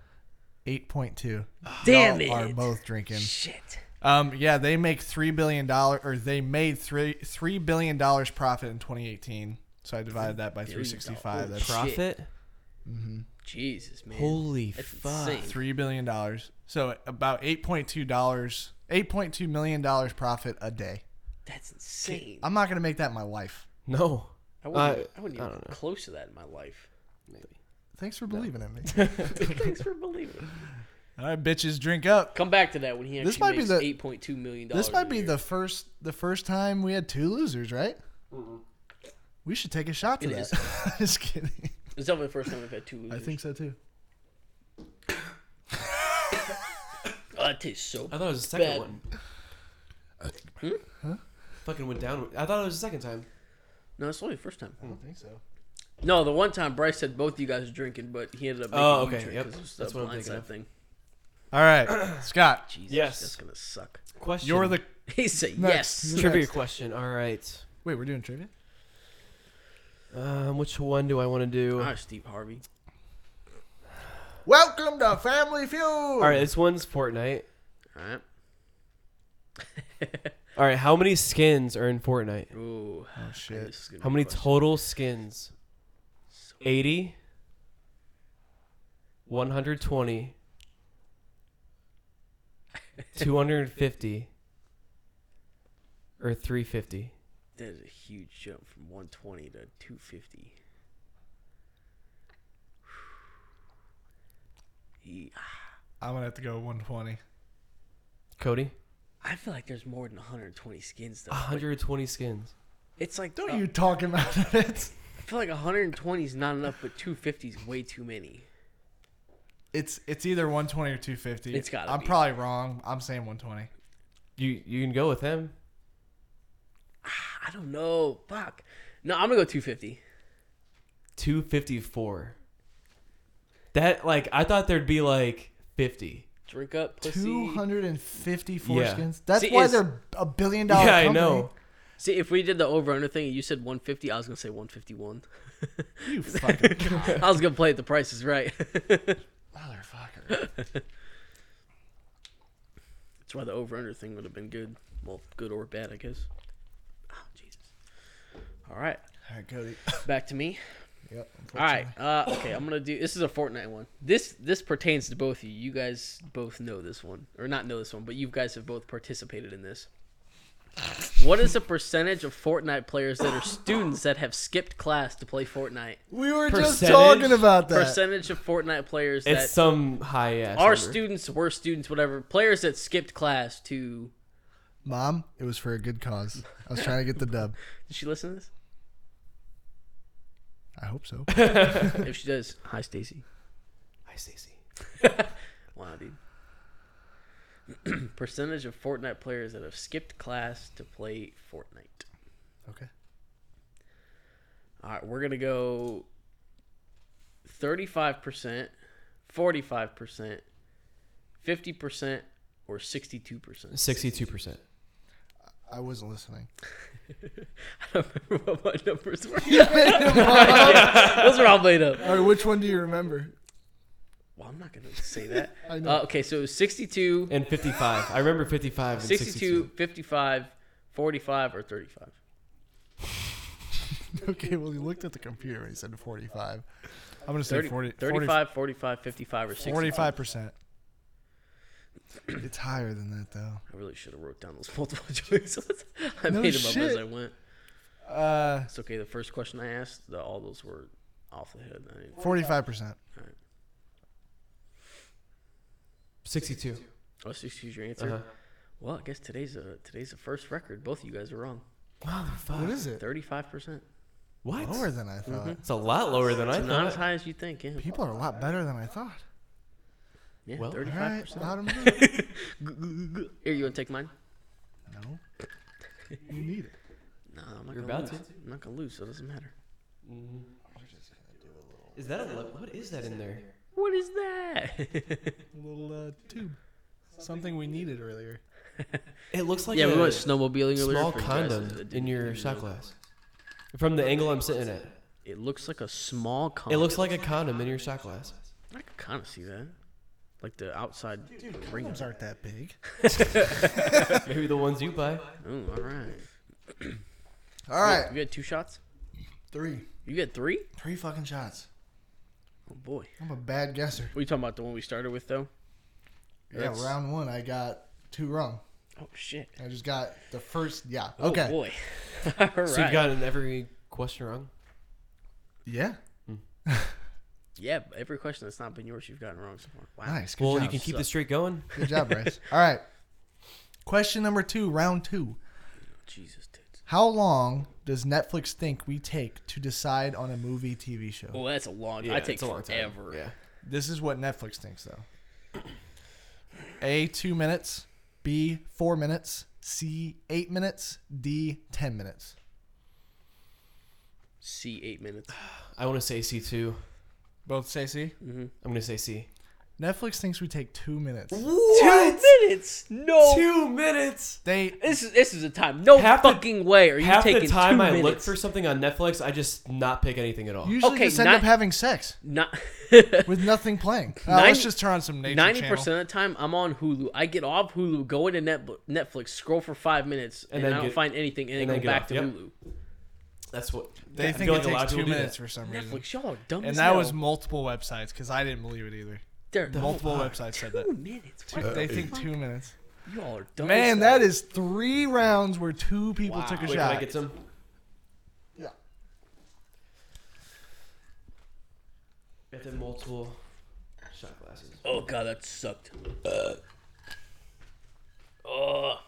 [SPEAKER 1] 8.2.
[SPEAKER 2] Damn
[SPEAKER 1] Y'all are
[SPEAKER 2] it.
[SPEAKER 1] both drinking.
[SPEAKER 2] Shit.
[SPEAKER 3] Um, yeah, they make three billion dollar, or they made three three billion dollars profit in 2018. So I divided that by 365. That's
[SPEAKER 4] Profit.
[SPEAKER 2] Jesus, man.
[SPEAKER 4] Holy
[SPEAKER 2] That's
[SPEAKER 4] fuck.
[SPEAKER 2] insane.
[SPEAKER 3] three billion dollars. So about 8.2 dollars, 8.2 million dollars profit a day.
[SPEAKER 2] That's insane.
[SPEAKER 1] I'm not going to make that my life.
[SPEAKER 4] No.
[SPEAKER 2] I wouldn't,
[SPEAKER 4] Uh,
[SPEAKER 2] even- I wouldn't
[SPEAKER 4] I
[SPEAKER 2] even
[SPEAKER 4] don't
[SPEAKER 2] come close to that in my life.
[SPEAKER 1] Thanks for believing [laughs] in me.
[SPEAKER 2] [laughs] Thanks for believing. it.
[SPEAKER 3] All right, bitches, drink up.
[SPEAKER 2] Come back to that when he actually
[SPEAKER 1] This might be
[SPEAKER 2] makes
[SPEAKER 1] the-
[SPEAKER 2] eight point two million dollars.
[SPEAKER 1] this might be the first the first time we had two losers, right? Mm-hmm. We should take a shot to
[SPEAKER 2] It
[SPEAKER 1] that.
[SPEAKER 3] [laughs]
[SPEAKER 1] Just kidding.
[SPEAKER 2] It's definitely the first time I've had two.
[SPEAKER 1] I
[SPEAKER 2] Losers.
[SPEAKER 1] think so too.
[SPEAKER 2] Oh, that tastes so Oh,
[SPEAKER 4] I thought it was the second
[SPEAKER 2] bad.
[SPEAKER 4] one.
[SPEAKER 1] Hmm?
[SPEAKER 4] Fucking went down. I thought it was the second time.
[SPEAKER 2] No, it's only the first time.
[SPEAKER 3] I don't think so.
[SPEAKER 2] No, the one time Bryce said both you guys are drinking, but he ended up making
[SPEAKER 4] Oh,
[SPEAKER 2] you
[SPEAKER 4] okay,
[SPEAKER 2] drink
[SPEAKER 4] yep.
[SPEAKER 2] 'cause it was
[SPEAKER 4] That's
[SPEAKER 2] the
[SPEAKER 4] what I'm thinking
[SPEAKER 2] blindside
[SPEAKER 4] of.
[SPEAKER 2] thing.
[SPEAKER 1] [clears throat]
[SPEAKER 3] All right, Scott,
[SPEAKER 2] Jesus,
[SPEAKER 4] Yes.
[SPEAKER 2] that's gonna suck. [laughs]
[SPEAKER 4] Question.
[SPEAKER 3] you're the
[SPEAKER 2] He said
[SPEAKER 3] Next.
[SPEAKER 2] yes.
[SPEAKER 4] trivia
[SPEAKER 3] next.
[SPEAKER 4] question. All right.
[SPEAKER 3] wait. We're doing trivia.
[SPEAKER 4] Um, which one do I want to do?
[SPEAKER 2] Ah, Steve Harvey.
[SPEAKER 3] Welcome to Family Feud. All
[SPEAKER 4] All right. This one's Fortnite.
[SPEAKER 2] All right.
[SPEAKER 4] All right. How many skins are in Fortnite?
[SPEAKER 2] Ooh.
[SPEAKER 3] Oh shit.
[SPEAKER 2] this is gonna
[SPEAKER 4] How
[SPEAKER 2] be
[SPEAKER 4] many
[SPEAKER 2] close.
[SPEAKER 4] total skins? 80, 120, 250, or 350?
[SPEAKER 2] That is a huge jump from 120 to 250. Yeah.
[SPEAKER 3] I'm gonna have to go 120.
[SPEAKER 4] Cody?
[SPEAKER 2] I feel like there's more than 120 skins though.
[SPEAKER 4] 120 skins.
[SPEAKER 2] It's like
[SPEAKER 3] Ah, Don't
[SPEAKER 2] uh,
[SPEAKER 3] you talk about [laughs] it.
[SPEAKER 2] I feel like 120 is not enough, but 250 is way too many.
[SPEAKER 3] It's it's either 120 or 250.
[SPEAKER 2] It's gotta
[SPEAKER 3] I'm
[SPEAKER 2] be.
[SPEAKER 3] probably wrong. I'm saying 120.
[SPEAKER 4] You you can go with them.
[SPEAKER 2] I don't know. Fuck. No, I'm gonna go 250.
[SPEAKER 4] 254. That like I thought there'd be like 50.
[SPEAKER 2] Drink up, pussy.
[SPEAKER 3] 254
[SPEAKER 4] Yeah.
[SPEAKER 3] skins. That's
[SPEAKER 2] See,
[SPEAKER 3] why
[SPEAKER 2] it's-
[SPEAKER 3] they're a billion dollar.
[SPEAKER 4] yeah, I
[SPEAKER 3] company.
[SPEAKER 4] know.
[SPEAKER 2] See, if we did the over under thing and you said 150, I was gonna say 151. [laughs]
[SPEAKER 3] You fucking
[SPEAKER 2] I was gonna play it. The price is right. [laughs] That's
[SPEAKER 3] motherfucker.
[SPEAKER 2] why the over under thing would have been good. Well, good or bad, I guess. Oh, Jesus. All right,
[SPEAKER 3] All right, Cody. [laughs]
[SPEAKER 2] back to me.
[SPEAKER 3] Yep.
[SPEAKER 2] All right. Uh, okay, I'm gonna do. This is a Fortnite one. This this pertains to both of you. You guys both know this one, or not know this one, but you guys have both participated in this. What is the percentage of Fortnite players that are students that have skipped class to play Fortnite?
[SPEAKER 3] We were just
[SPEAKER 4] Percentage?
[SPEAKER 3] talking about that.
[SPEAKER 2] Percentage of Fortnite players
[SPEAKER 4] It's
[SPEAKER 2] that
[SPEAKER 4] some high ass.
[SPEAKER 2] are
[SPEAKER 4] number.
[SPEAKER 2] students, were students, whatever. Players that skipped class to.
[SPEAKER 3] Mom, it was for a good cause. I was trying to get the dub.
[SPEAKER 2] Did she listen to this?
[SPEAKER 3] I hope [laughs] so.
[SPEAKER 2] If she does, hi Stacy.
[SPEAKER 4] Hi, Stacey.
[SPEAKER 2] [laughs] Wow, dude. [clears throat] percentage of Fortnite players that have skipped class to play Fortnite.
[SPEAKER 3] Okay.
[SPEAKER 2] All right, we're gonna go thirty-five percent, forty-five percent, fifty percent, or sixty-two percent.
[SPEAKER 4] 62%.
[SPEAKER 3] I wasn't listening.
[SPEAKER 2] [laughs] I don't remember what my numbers
[SPEAKER 3] [laughs]
[SPEAKER 2] were. [laughs] Those are all made up.
[SPEAKER 3] All right, which one do you remember?
[SPEAKER 2] Well, I'm not gonna say that.
[SPEAKER 3] [laughs] I know.
[SPEAKER 2] Uh, okay, so it was 62,
[SPEAKER 4] And 55. I remember 55 and
[SPEAKER 2] 62,
[SPEAKER 4] 62.
[SPEAKER 2] 55, 45, or 35.
[SPEAKER 3] Okay, well, he looked at the computer and he said 45. I'm going to say
[SPEAKER 2] 30,
[SPEAKER 3] 40,
[SPEAKER 2] 35, 45, 55, or 60.
[SPEAKER 3] 45%. it's higher than that, though.
[SPEAKER 2] I really should have wrote down those [laughs] multiple choices. I
[SPEAKER 3] No
[SPEAKER 2] made them up as
[SPEAKER 3] shit.
[SPEAKER 2] I went.
[SPEAKER 3] Uh,
[SPEAKER 2] It's okay. The first question I asked, the, all those were off the head. I didn't-
[SPEAKER 3] 45%.
[SPEAKER 2] all right.
[SPEAKER 4] 62.
[SPEAKER 2] Oh, so excuse your answer.
[SPEAKER 4] Uh-huh.
[SPEAKER 2] Well, I guess today's a today's the first record. Both of you guys are wrong.
[SPEAKER 4] Motherfucker.
[SPEAKER 3] What is it?
[SPEAKER 2] Thirty-five percent.
[SPEAKER 4] What? Mm-hmm.
[SPEAKER 3] Lower than I thought.
[SPEAKER 4] It's a lot lower than I
[SPEAKER 2] Not as
[SPEAKER 4] thought.
[SPEAKER 2] high as you think. Yeah.
[SPEAKER 3] People are a lot better than I thought.
[SPEAKER 2] Yeah.
[SPEAKER 4] Well,
[SPEAKER 3] All
[SPEAKER 2] Thirty-five
[SPEAKER 3] right,
[SPEAKER 2] percent.
[SPEAKER 4] [laughs]
[SPEAKER 3] bottom line.
[SPEAKER 2] Here, you want to take mine?
[SPEAKER 3] No. You need it.
[SPEAKER 2] No, I'm not
[SPEAKER 4] You're
[SPEAKER 2] gonna lose.
[SPEAKER 4] about to.
[SPEAKER 2] I'm not gonna lose, so it doesn't matter.
[SPEAKER 4] Is that a lo- What is that in there?
[SPEAKER 2] What is that?
[SPEAKER 3] A little uh, tube. Something we needed earlier.
[SPEAKER 4] [laughs] It looks like
[SPEAKER 2] yeah,
[SPEAKER 4] a
[SPEAKER 2] [laughs] we went snowmobiling earlier.
[SPEAKER 4] small
[SPEAKER 2] for you guys
[SPEAKER 4] condom
[SPEAKER 2] that didn't
[SPEAKER 4] in your
[SPEAKER 2] even
[SPEAKER 4] shot
[SPEAKER 2] know.
[SPEAKER 4] glass. From the angle I'm sitting at,
[SPEAKER 2] It looks like a small condom.
[SPEAKER 4] it looks like a condom in your shot glass.
[SPEAKER 2] I can kind of see that, like the outside ring.
[SPEAKER 3] Condoms aren't that big.
[SPEAKER 4] Maybe the ones you buy.
[SPEAKER 2] Oh, all right.
[SPEAKER 3] All right.
[SPEAKER 2] You had two shots.
[SPEAKER 3] Three.
[SPEAKER 2] You had three.
[SPEAKER 3] Three fucking shots.
[SPEAKER 2] Oh boy.
[SPEAKER 3] I'm a bad guesser.
[SPEAKER 2] What are you talking about? The one we started with, though. That's-
[SPEAKER 3] Yeah, round one, I got two wrong.
[SPEAKER 2] Oh shit.
[SPEAKER 3] I just got the first. Yeah.
[SPEAKER 2] Oh,
[SPEAKER 3] Okay.
[SPEAKER 2] boy. [laughs] all right.
[SPEAKER 4] So you've gotten every question wrong.
[SPEAKER 3] Yeah.
[SPEAKER 2] Yeah, but every question that's not been yours, you've gotten wrong so far. Wow.
[SPEAKER 3] Nice. Good
[SPEAKER 4] Well,
[SPEAKER 3] job.
[SPEAKER 4] you can keep the streak going.
[SPEAKER 3] Good job,
[SPEAKER 4] [laughs]
[SPEAKER 3] Bryce. All right. Question number two, round two.
[SPEAKER 2] Jesus, dudes.
[SPEAKER 3] How long does Netflix think we take to decide on a movie TV show?
[SPEAKER 2] Well, that's a long.
[SPEAKER 4] Yeah,
[SPEAKER 2] I take
[SPEAKER 4] it's a long time.
[SPEAKER 2] forever.
[SPEAKER 4] Yeah.
[SPEAKER 3] This is what Netflix thinks, though. A, two minutes. B, four minutes. C, eight minutes. D, 10 minutes.
[SPEAKER 2] C eight
[SPEAKER 4] [sighs]
[SPEAKER 2] minutes.
[SPEAKER 4] I want to say C two.
[SPEAKER 3] Both say C.
[SPEAKER 4] I'm gonna say C.
[SPEAKER 3] Netflix thinks we take two minutes.
[SPEAKER 2] Two minutes? No.
[SPEAKER 4] Two minutes.
[SPEAKER 3] They
[SPEAKER 2] This is this is a time. No
[SPEAKER 4] Half the-
[SPEAKER 2] fucking way. Are you
[SPEAKER 4] Half
[SPEAKER 2] taking
[SPEAKER 4] the time
[SPEAKER 2] two
[SPEAKER 4] I
[SPEAKER 2] minutes?
[SPEAKER 4] look for something on Netflix, I just not pick anything at all.
[SPEAKER 3] usually
[SPEAKER 2] Okay,
[SPEAKER 3] just end
[SPEAKER 2] ni-
[SPEAKER 3] up having sex
[SPEAKER 4] [laughs]
[SPEAKER 2] Not [laughs]
[SPEAKER 3] with nothing playing. Uh, let's
[SPEAKER 2] 90
[SPEAKER 3] just turn on some nature
[SPEAKER 2] ninety
[SPEAKER 3] 90%.
[SPEAKER 2] percent of the time I'm on Hulu. I get off Hulu, go into Net- Netflix, scroll for five minutes, and,
[SPEAKER 4] then
[SPEAKER 2] I don't
[SPEAKER 4] get-
[SPEAKER 2] find anything, and,
[SPEAKER 4] and
[SPEAKER 2] then
[SPEAKER 4] then
[SPEAKER 2] go
[SPEAKER 4] get
[SPEAKER 2] back
[SPEAKER 4] off,
[SPEAKER 2] to
[SPEAKER 4] yep.
[SPEAKER 2] Hulu.
[SPEAKER 4] That's what
[SPEAKER 3] They
[SPEAKER 4] I
[SPEAKER 3] think
[SPEAKER 4] feel
[SPEAKER 3] it
[SPEAKER 4] a lot of
[SPEAKER 3] takes two
[SPEAKER 4] people do that.
[SPEAKER 3] minutes for some reason.
[SPEAKER 2] Netflix, y'all are dumb
[SPEAKER 3] And
[SPEAKER 2] as
[SPEAKER 3] that
[SPEAKER 2] hell.
[SPEAKER 3] was multiple websites because I didn't believe it either.
[SPEAKER 2] They're-
[SPEAKER 3] multiple websites said
[SPEAKER 2] Two
[SPEAKER 3] that.
[SPEAKER 2] minutes.
[SPEAKER 3] Two-
[SPEAKER 2] What
[SPEAKER 3] they
[SPEAKER 2] the
[SPEAKER 3] think
[SPEAKER 2] fuck?
[SPEAKER 3] two minutes.
[SPEAKER 2] Y'all are dumb.
[SPEAKER 3] Man, that is three rounds where two people
[SPEAKER 2] uh, Wow.
[SPEAKER 3] took a
[SPEAKER 2] Wait,
[SPEAKER 4] Wait,
[SPEAKER 3] shot.
[SPEAKER 4] can I get some?
[SPEAKER 1] Yeah.
[SPEAKER 4] Get the multiple shot glasses.
[SPEAKER 2] Oh god, that sucked. Uh. Oh.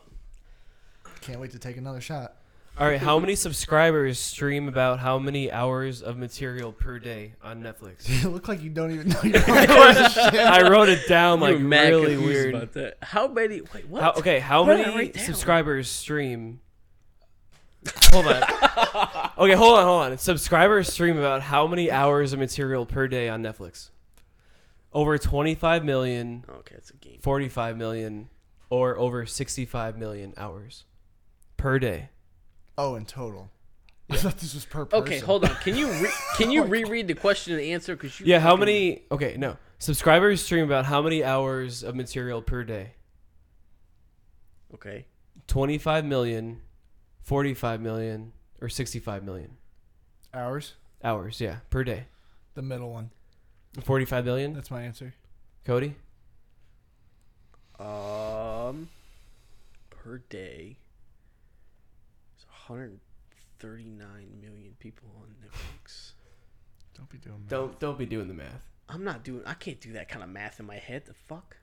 [SPEAKER 1] Can't wait to take another
[SPEAKER 3] [laughs]
[SPEAKER 1] shot.
[SPEAKER 4] All right, how many subscribers stream about how many hours of material per day on Netflix? [laughs]
[SPEAKER 1] You look like you don't even know your own shit.
[SPEAKER 4] I wrote it down
[SPEAKER 2] I'm
[SPEAKER 4] like
[SPEAKER 2] like mad
[SPEAKER 4] really
[SPEAKER 2] really
[SPEAKER 4] weird.
[SPEAKER 2] about that. How many? Wait, what?
[SPEAKER 4] How, okay, how
[SPEAKER 2] What did I
[SPEAKER 4] many
[SPEAKER 2] write down?
[SPEAKER 4] subscribers stream? Hold [laughs] on. okay, hold on, hold on. Subscribers stream about how many hours of material per day on Netflix? Over 25 million,
[SPEAKER 2] Okay, it's a game.
[SPEAKER 4] 45 million, or over 65 million hours per day.
[SPEAKER 1] Oh, in total. I thought this was per person.
[SPEAKER 2] Okay, hold on. Can you
[SPEAKER 4] [laughs]
[SPEAKER 2] re- can you reread the question and answer? Because you
[SPEAKER 4] Oh Yeah, how
[SPEAKER 2] fucking-
[SPEAKER 4] many? Okay, no. Subscribers stream about how many hours of material per day?
[SPEAKER 2] Okay,
[SPEAKER 4] 25 million, 45 million, or 65 million
[SPEAKER 3] Hours?
[SPEAKER 4] hours, yeah, per day.
[SPEAKER 3] The middle one.
[SPEAKER 4] 45 million,
[SPEAKER 3] That's my answer.
[SPEAKER 4] Cody?
[SPEAKER 2] um, per day, it's 139 million people on Netflix.
[SPEAKER 3] Don't be doing that.
[SPEAKER 4] Don't don't be doing the math.
[SPEAKER 2] I'm not doing. I can't do that kind of math in my head. The fuck?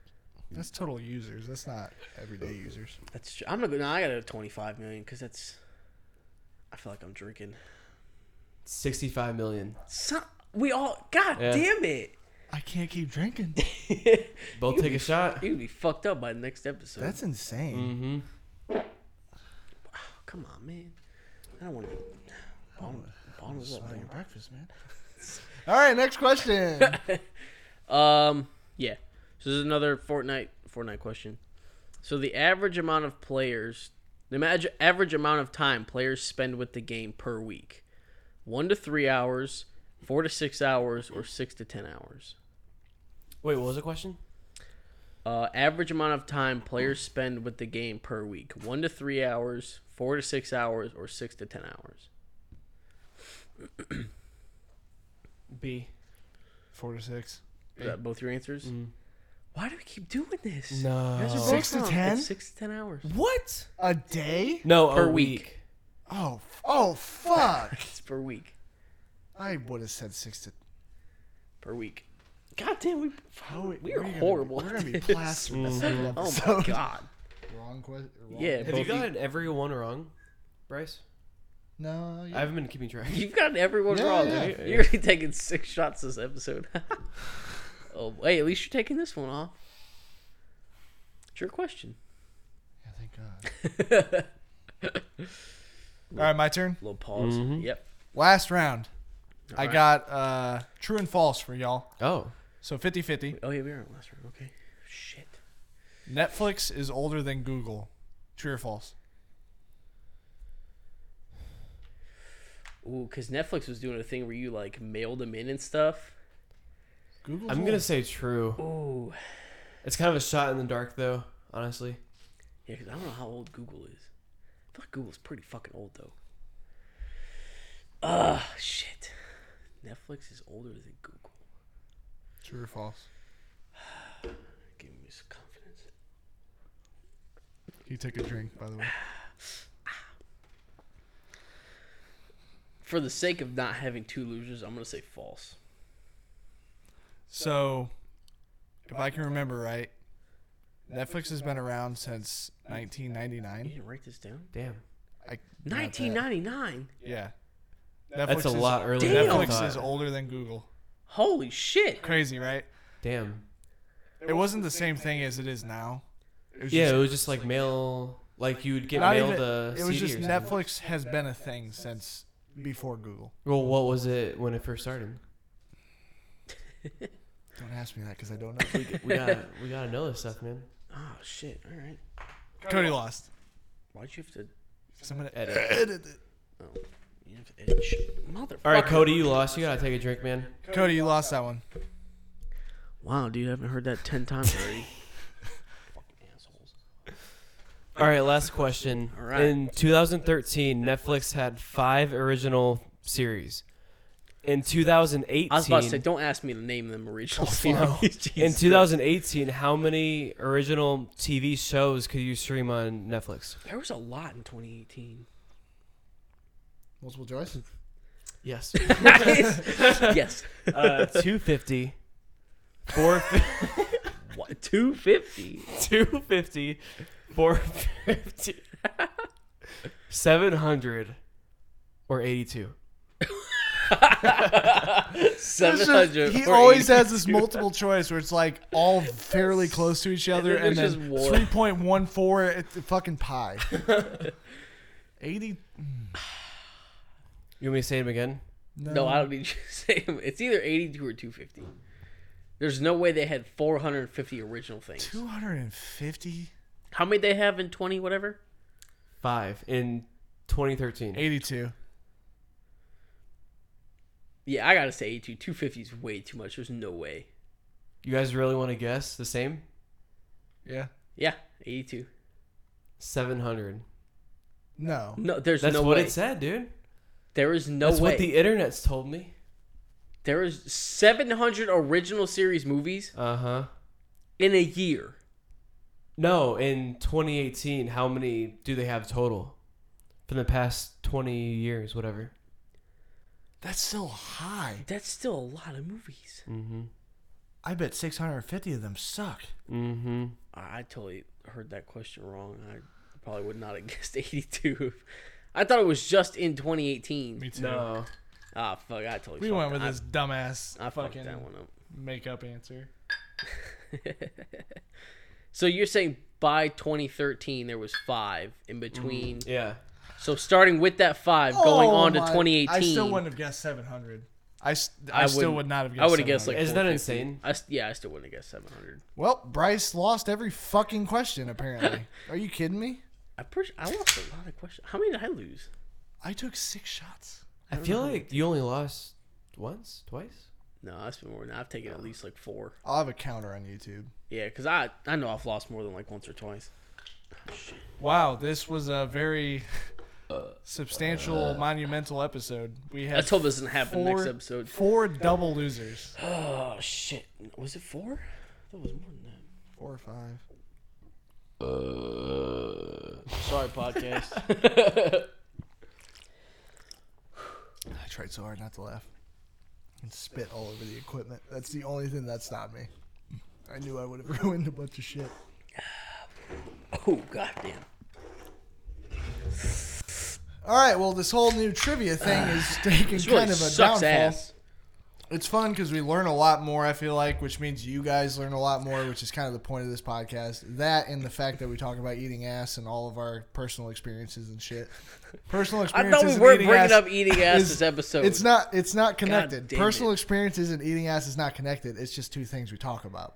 [SPEAKER 3] That's total users. That's not everyday users.
[SPEAKER 2] That's. tr- I'm not gonna. I got a 25 million because that's. I feel like I'm drinking.
[SPEAKER 4] 65 million.
[SPEAKER 2] So, we all. God
[SPEAKER 4] Yeah.
[SPEAKER 2] damn it.
[SPEAKER 3] I can't keep drinking.
[SPEAKER 4] Both take a shot.
[SPEAKER 2] You'd be fucked up by the next episode.
[SPEAKER 1] That's insane.
[SPEAKER 3] Mm.
[SPEAKER 4] Mm-hmm.
[SPEAKER 2] Come on, man. I don't want to. Bottom, bottoms up.
[SPEAKER 1] Smell your
[SPEAKER 2] man.
[SPEAKER 1] breakfast, man. All right, next question.
[SPEAKER 2] Um, yeah. So this is another Fortnite Fortnite question. So the average amount of players, the imag- average amount of time players spend with the game per week, one to three hours, four to six hours, or six to ten hours.
[SPEAKER 4] Wait, what was the question?
[SPEAKER 2] Uh, average amount of time players spend with the game per week, one to three hours, four to six hours, or six to ten hours.
[SPEAKER 4] B.
[SPEAKER 3] [laughs] Four to six.
[SPEAKER 2] Is that both your answers? Why do we keep doing this?
[SPEAKER 4] No.
[SPEAKER 2] You guys are both
[SPEAKER 1] Six to
[SPEAKER 2] wrong.
[SPEAKER 1] 10?
[SPEAKER 2] It's Six to ten hours.
[SPEAKER 4] What?
[SPEAKER 1] A day?
[SPEAKER 4] No,
[SPEAKER 2] Per
[SPEAKER 4] a
[SPEAKER 2] week.
[SPEAKER 4] week.
[SPEAKER 1] Oh, f- oh, fuck. [laughs]
[SPEAKER 2] It's per week.
[SPEAKER 1] I would have said six to.
[SPEAKER 2] per week. God damn, we
[SPEAKER 3] Oh,
[SPEAKER 1] we-
[SPEAKER 2] we are
[SPEAKER 1] we're gonna be-
[SPEAKER 2] horrible.
[SPEAKER 1] we're
[SPEAKER 2] [laughs]
[SPEAKER 1] gonna be
[SPEAKER 2] at this.
[SPEAKER 1] plastered this whole
[SPEAKER 2] Oh my
[SPEAKER 1] episode.
[SPEAKER 2] god.
[SPEAKER 1] Wrong question. Wrong.
[SPEAKER 2] Yeah,
[SPEAKER 4] Have
[SPEAKER 2] both
[SPEAKER 4] you gotten every one wrong, Bryce?
[SPEAKER 1] No.
[SPEAKER 4] I
[SPEAKER 1] Yeah.
[SPEAKER 4] haven't been keeping track.
[SPEAKER 2] you've gotten everyone
[SPEAKER 1] Yeah,
[SPEAKER 2] wrong.
[SPEAKER 1] yeah.
[SPEAKER 2] You're already taking six shots this episode. [laughs] oh, wait, at least you're taking this one off. It's your question.
[SPEAKER 1] yeah. Thank God.
[SPEAKER 2] [laughs]
[SPEAKER 3] All right, my turn.
[SPEAKER 2] Little pause. Yep.
[SPEAKER 3] Last round. I
[SPEAKER 2] right.
[SPEAKER 3] got uh, true and false for y'all.
[SPEAKER 4] Oh.
[SPEAKER 3] So 50 50.
[SPEAKER 2] Oh yeah, we are on last round. Okay. Shit.
[SPEAKER 3] Netflix is older than Google. True or false?
[SPEAKER 2] Ooh, because Netflix was doing a thing where you like mailed them in and stuff.
[SPEAKER 3] Google.
[SPEAKER 4] I'm gonna say true.
[SPEAKER 2] Ooh.
[SPEAKER 4] It's kind of a shot in the dark though, honestly.
[SPEAKER 2] Yeah, 'cause I don't know how old Google is. I feel like Google's pretty fucking old though. Ah, shit. Netflix is older than Google.
[SPEAKER 3] True or false?
[SPEAKER 2] Give me some confidence.
[SPEAKER 3] He took a drink, by the way.
[SPEAKER 2] For the sake of not having two losers, I'm gonna say false.
[SPEAKER 3] So, if I can remember right, Netflix has been around since 1999.
[SPEAKER 2] You didn't write this down.
[SPEAKER 4] Damn.
[SPEAKER 3] I,
[SPEAKER 2] 1999.
[SPEAKER 3] Yeah.
[SPEAKER 4] That's a
[SPEAKER 3] Netflix is-
[SPEAKER 4] lot earlier
[SPEAKER 2] Damn.
[SPEAKER 4] than I
[SPEAKER 3] Netflix
[SPEAKER 4] thought.
[SPEAKER 3] is older than Google.
[SPEAKER 2] Holy shit.
[SPEAKER 3] Crazy, right?
[SPEAKER 4] Damn.
[SPEAKER 3] It wasn't the same thing as it is now. It was
[SPEAKER 4] Yeah,
[SPEAKER 3] just-
[SPEAKER 4] it was just like mail. Like you would get
[SPEAKER 3] not
[SPEAKER 4] mailed
[SPEAKER 3] even-
[SPEAKER 4] a
[SPEAKER 3] It was
[SPEAKER 4] CD
[SPEAKER 3] just
[SPEAKER 4] or something.
[SPEAKER 3] Netflix has been a thing since before Google.
[SPEAKER 4] Well, what was it when it first started?
[SPEAKER 3] Don't ask me that because I don't know.
[SPEAKER 4] [laughs] We, we
[SPEAKER 3] [laughs]
[SPEAKER 4] gotta we gotta know this
[SPEAKER 2] [laughs]
[SPEAKER 4] stuff, man.
[SPEAKER 2] Oh shit! All right.
[SPEAKER 3] Cody lost.
[SPEAKER 2] Why'd you have to?
[SPEAKER 3] So I'm gonna
[SPEAKER 4] Edit.
[SPEAKER 3] edit. it.
[SPEAKER 2] Oh, you have to edit shit. Motherfucker.
[SPEAKER 4] All right, Cody, you lost. You gotta take a drink, man.
[SPEAKER 3] Cody, you lost that one.
[SPEAKER 2] Wow, dude, I haven't heard that ten times already. Fucking assholes.
[SPEAKER 4] All right, last question.
[SPEAKER 2] All right.
[SPEAKER 4] In 2013, Netflix had five original series. In 2018,
[SPEAKER 2] I was about to say, don't ask me to name them original [laughs]
[SPEAKER 4] no.
[SPEAKER 2] series.
[SPEAKER 4] in
[SPEAKER 2] Jesus.
[SPEAKER 4] 2018, how many original TV shows could you stream on Netflix?
[SPEAKER 2] there was a lot in 2018.
[SPEAKER 1] Multiple choice.
[SPEAKER 2] [laughs]
[SPEAKER 4] Yes, [laughs]
[SPEAKER 2] yes.
[SPEAKER 4] uh, 250, 450.
[SPEAKER 2] What? 250.
[SPEAKER 4] 250, 450, 700, or 82.
[SPEAKER 2] 700.
[SPEAKER 3] he
[SPEAKER 2] or
[SPEAKER 3] always
[SPEAKER 2] 80.
[SPEAKER 3] has this multiple choice where it's like all fairly close to each other,
[SPEAKER 2] And
[SPEAKER 3] and,
[SPEAKER 2] there's
[SPEAKER 3] then
[SPEAKER 2] just one.
[SPEAKER 3] three point one four at the fucking
[SPEAKER 2] [laughs]
[SPEAKER 3] pi. Eighty.
[SPEAKER 4] You want me to say them again?
[SPEAKER 2] No, I don't need you to [laughs] say them. It's either 82 or 250. There's no way they had 450 original things.
[SPEAKER 3] Two hundred and fifty.
[SPEAKER 2] How many they have in 20 whatever?
[SPEAKER 4] Five in 2013.
[SPEAKER 3] Eighty-two.
[SPEAKER 2] Yeah, I gotta say 82. 250 is way too much. There's no way.
[SPEAKER 4] You guys really want to guess the same?
[SPEAKER 3] Yeah.
[SPEAKER 2] Yeah, 82.
[SPEAKER 4] 700.
[SPEAKER 3] No.
[SPEAKER 2] No, there's
[SPEAKER 4] That's
[SPEAKER 2] no
[SPEAKER 4] what
[SPEAKER 2] way.
[SPEAKER 4] it said, dude.
[SPEAKER 2] There is no
[SPEAKER 4] That's
[SPEAKER 2] way.
[SPEAKER 4] what the internet's told me.
[SPEAKER 2] there is 700 original series movies
[SPEAKER 4] Uh huh.
[SPEAKER 2] Uh-huh. in a year.
[SPEAKER 4] No, in 2018, how many do they have total? From the past 20 years, whatever.
[SPEAKER 3] That's still high.
[SPEAKER 2] That's still a lot of movies.
[SPEAKER 4] Mm hmm.
[SPEAKER 3] I bet six hundred and fifty of them suck.
[SPEAKER 4] Mm hmm.
[SPEAKER 2] I I totally heard that question wrong. I probably would not have [laughs] guessed 82. I thought it was just in 2018.
[SPEAKER 3] too.
[SPEAKER 4] No.
[SPEAKER 2] Ah, fuck. I totally
[SPEAKER 3] We
[SPEAKER 2] fucked
[SPEAKER 3] went with
[SPEAKER 2] I,
[SPEAKER 3] this dumbass
[SPEAKER 2] I fucked
[SPEAKER 3] fucking
[SPEAKER 2] that one up.
[SPEAKER 3] makeup answer.
[SPEAKER 2] So you're saying by 2013 there was five
[SPEAKER 3] Mm,
[SPEAKER 2] in between.
[SPEAKER 4] Yeah.
[SPEAKER 2] So starting with that five, going
[SPEAKER 3] Oh
[SPEAKER 2] on to
[SPEAKER 3] my-
[SPEAKER 2] 2018.
[SPEAKER 3] I still wouldn't have guessed 700. I, s- I
[SPEAKER 2] I
[SPEAKER 3] still
[SPEAKER 2] wouldn't-
[SPEAKER 3] would not have guessed
[SPEAKER 2] I would have guessed like
[SPEAKER 3] 700.
[SPEAKER 4] Isn't that
[SPEAKER 2] 450.
[SPEAKER 4] insane?
[SPEAKER 2] I s- yeah, I still wouldn't have guessed 700.
[SPEAKER 1] Well, Bryce lost every fucking question.
[SPEAKER 3] [laughs]
[SPEAKER 1] Apparently, are you kidding me?
[SPEAKER 2] I push. I lost a lot of questions. How many did I lose?
[SPEAKER 3] I took six shots.
[SPEAKER 4] I feel like you only lost once, twice.
[SPEAKER 2] No, that's been more than I've taken at least like four.
[SPEAKER 1] I'll have a counter on YouTube.
[SPEAKER 2] Yeah, because I I know I've lost more than like once or twice.
[SPEAKER 3] Wow, this was a very substantial, monumental episode. We
[SPEAKER 2] Uh, I
[SPEAKER 3] had
[SPEAKER 2] hope this doesn't happen next episode.
[SPEAKER 3] four double losers.
[SPEAKER 2] Oh shit! Was it four? That was more than that.
[SPEAKER 1] Four or five.
[SPEAKER 2] Uh, Sorry, podcast. [laughs]
[SPEAKER 1] I tried so hard not to laugh and spit all over the equipment. That's the only thing that stopped me. I knew I would have [laughs] ruined a bunch of shit.
[SPEAKER 2] oh goddamn!
[SPEAKER 1] All right, well, this whole new trivia thing
[SPEAKER 2] [sighs]
[SPEAKER 1] is taking
[SPEAKER 2] This really
[SPEAKER 1] kind of a
[SPEAKER 2] sucks
[SPEAKER 1] downfall.
[SPEAKER 2] ass.
[SPEAKER 1] It's fun because we learn a lot more, I feel like, which means you guys learn a lot more, which is kind of the point of this podcast. That and the fact that we talk about eating ass and all of our personal experiences and shit. Personal
[SPEAKER 2] [laughs] I
[SPEAKER 1] experiences
[SPEAKER 2] thought we
[SPEAKER 1] and
[SPEAKER 2] weren't
[SPEAKER 1] eating
[SPEAKER 2] bringing
[SPEAKER 1] ass [laughs]
[SPEAKER 2] up eating ass
[SPEAKER 1] is-
[SPEAKER 2] this episode.
[SPEAKER 1] It's not. It's not connected.
[SPEAKER 2] damn
[SPEAKER 1] Personal
[SPEAKER 2] it.
[SPEAKER 1] experiences and eating ass is not connected. It's just two things we talk about.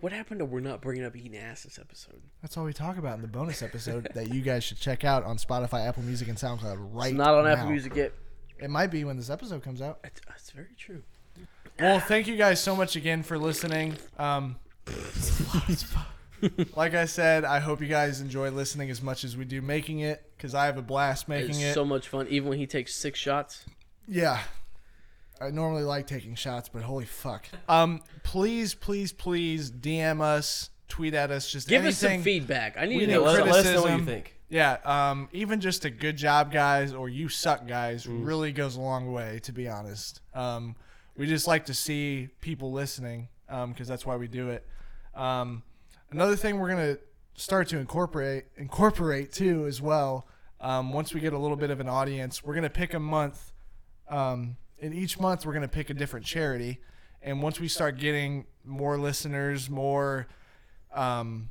[SPEAKER 2] What happened to we're not bringing up eating ass this episode?
[SPEAKER 1] That's all we talk about in the bonus
[SPEAKER 2] [laughs]
[SPEAKER 1] episode that you guys should check out on Spotify, Apple Music, and SoundCloud right
[SPEAKER 2] It's not on
[SPEAKER 1] now.
[SPEAKER 2] Apple Music yet.
[SPEAKER 1] It might be when this episode comes out.
[SPEAKER 2] It's, it's very true.
[SPEAKER 3] Well, thank you guys so much again for listening. Um, like I said, I hope you guys enjoy listening as much as we do making it because I have a blast making
[SPEAKER 2] It's
[SPEAKER 3] it.
[SPEAKER 2] so much fun, even when he takes six shots.
[SPEAKER 1] Yeah. I normally like taking shots, but holy fuck.
[SPEAKER 3] Um, please, please, please DM us, tweet at us, just
[SPEAKER 2] Give us
[SPEAKER 3] anything.
[SPEAKER 2] some feedback. I need
[SPEAKER 3] We
[SPEAKER 2] to
[SPEAKER 3] need
[SPEAKER 4] Yeah,
[SPEAKER 2] know.
[SPEAKER 4] let,
[SPEAKER 2] something.
[SPEAKER 4] let us know what you
[SPEAKER 3] criticism.
[SPEAKER 4] think.
[SPEAKER 3] Yeah, um, even just a good job, guys, or you suck, guys,
[SPEAKER 4] Mm.
[SPEAKER 3] really goes a long way. To be honest, um, we just like to see people listening because that's why we do it. Um, another thing we're gonna start to incorporate incorporate too as well. Um, once we get a little bit of an audience, we're gonna pick a month um, and each month we're going to pick a different charity and once we start getting more listeners more um,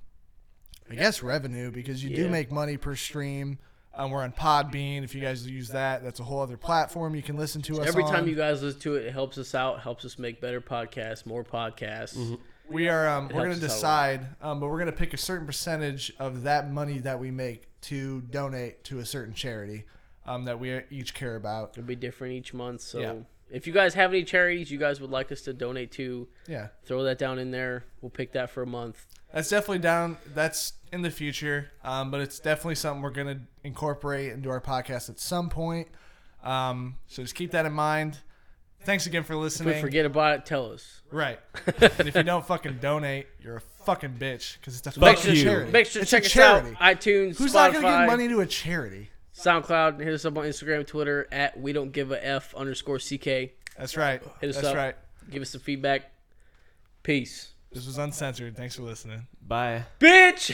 [SPEAKER 3] I guess revenue because you do
[SPEAKER 2] Yeah.
[SPEAKER 3] make money per stream. Um, we're on Podbean. If you guys use that, that's a whole other platform you can listen to us.
[SPEAKER 2] Every
[SPEAKER 3] on.
[SPEAKER 2] time you guys listen to it, it helps us out, helps us make better podcasts, more podcasts.
[SPEAKER 3] we are um, we're gonna
[SPEAKER 2] helps us
[SPEAKER 3] decide, um, but we're gonna pick a certain percentage of that money that we make to donate to a certain charity um, that we each care about.
[SPEAKER 2] It'll be different each month. So
[SPEAKER 3] Yeah.
[SPEAKER 2] if you guys have any charities you guys would like us to donate to,
[SPEAKER 3] Yeah.
[SPEAKER 2] throw that down in there. We'll pick that for a month.
[SPEAKER 3] That's definitely down. That's in the future, um, but it's definitely something we're going to incorporate into our podcast at some point. Um, so just keep that in mind. Thanks again for
[SPEAKER 2] If
[SPEAKER 3] listening.
[SPEAKER 2] we forget about it, tell us. [laughs]
[SPEAKER 3] Right. and if you don't fucking donate, you're a fucking bitch because it's a fucking
[SPEAKER 4] you.
[SPEAKER 3] charity.
[SPEAKER 2] Make sure to
[SPEAKER 3] It's
[SPEAKER 2] check
[SPEAKER 3] a
[SPEAKER 2] us
[SPEAKER 3] charity.
[SPEAKER 2] out. iTunes,
[SPEAKER 3] Who's
[SPEAKER 2] Spotify,
[SPEAKER 3] not going to give money to a charity?
[SPEAKER 2] SoundCloud, and hit us up on Instagram, Twitter at we don't give a f underscore ck.
[SPEAKER 3] That's right.
[SPEAKER 2] Hit us
[SPEAKER 3] That's
[SPEAKER 2] up.
[SPEAKER 3] right.
[SPEAKER 2] Give us some feedback. Peace, [laughs]
[SPEAKER 3] This was uncensored. Thanks for listening.
[SPEAKER 4] Bye.
[SPEAKER 2] bitch.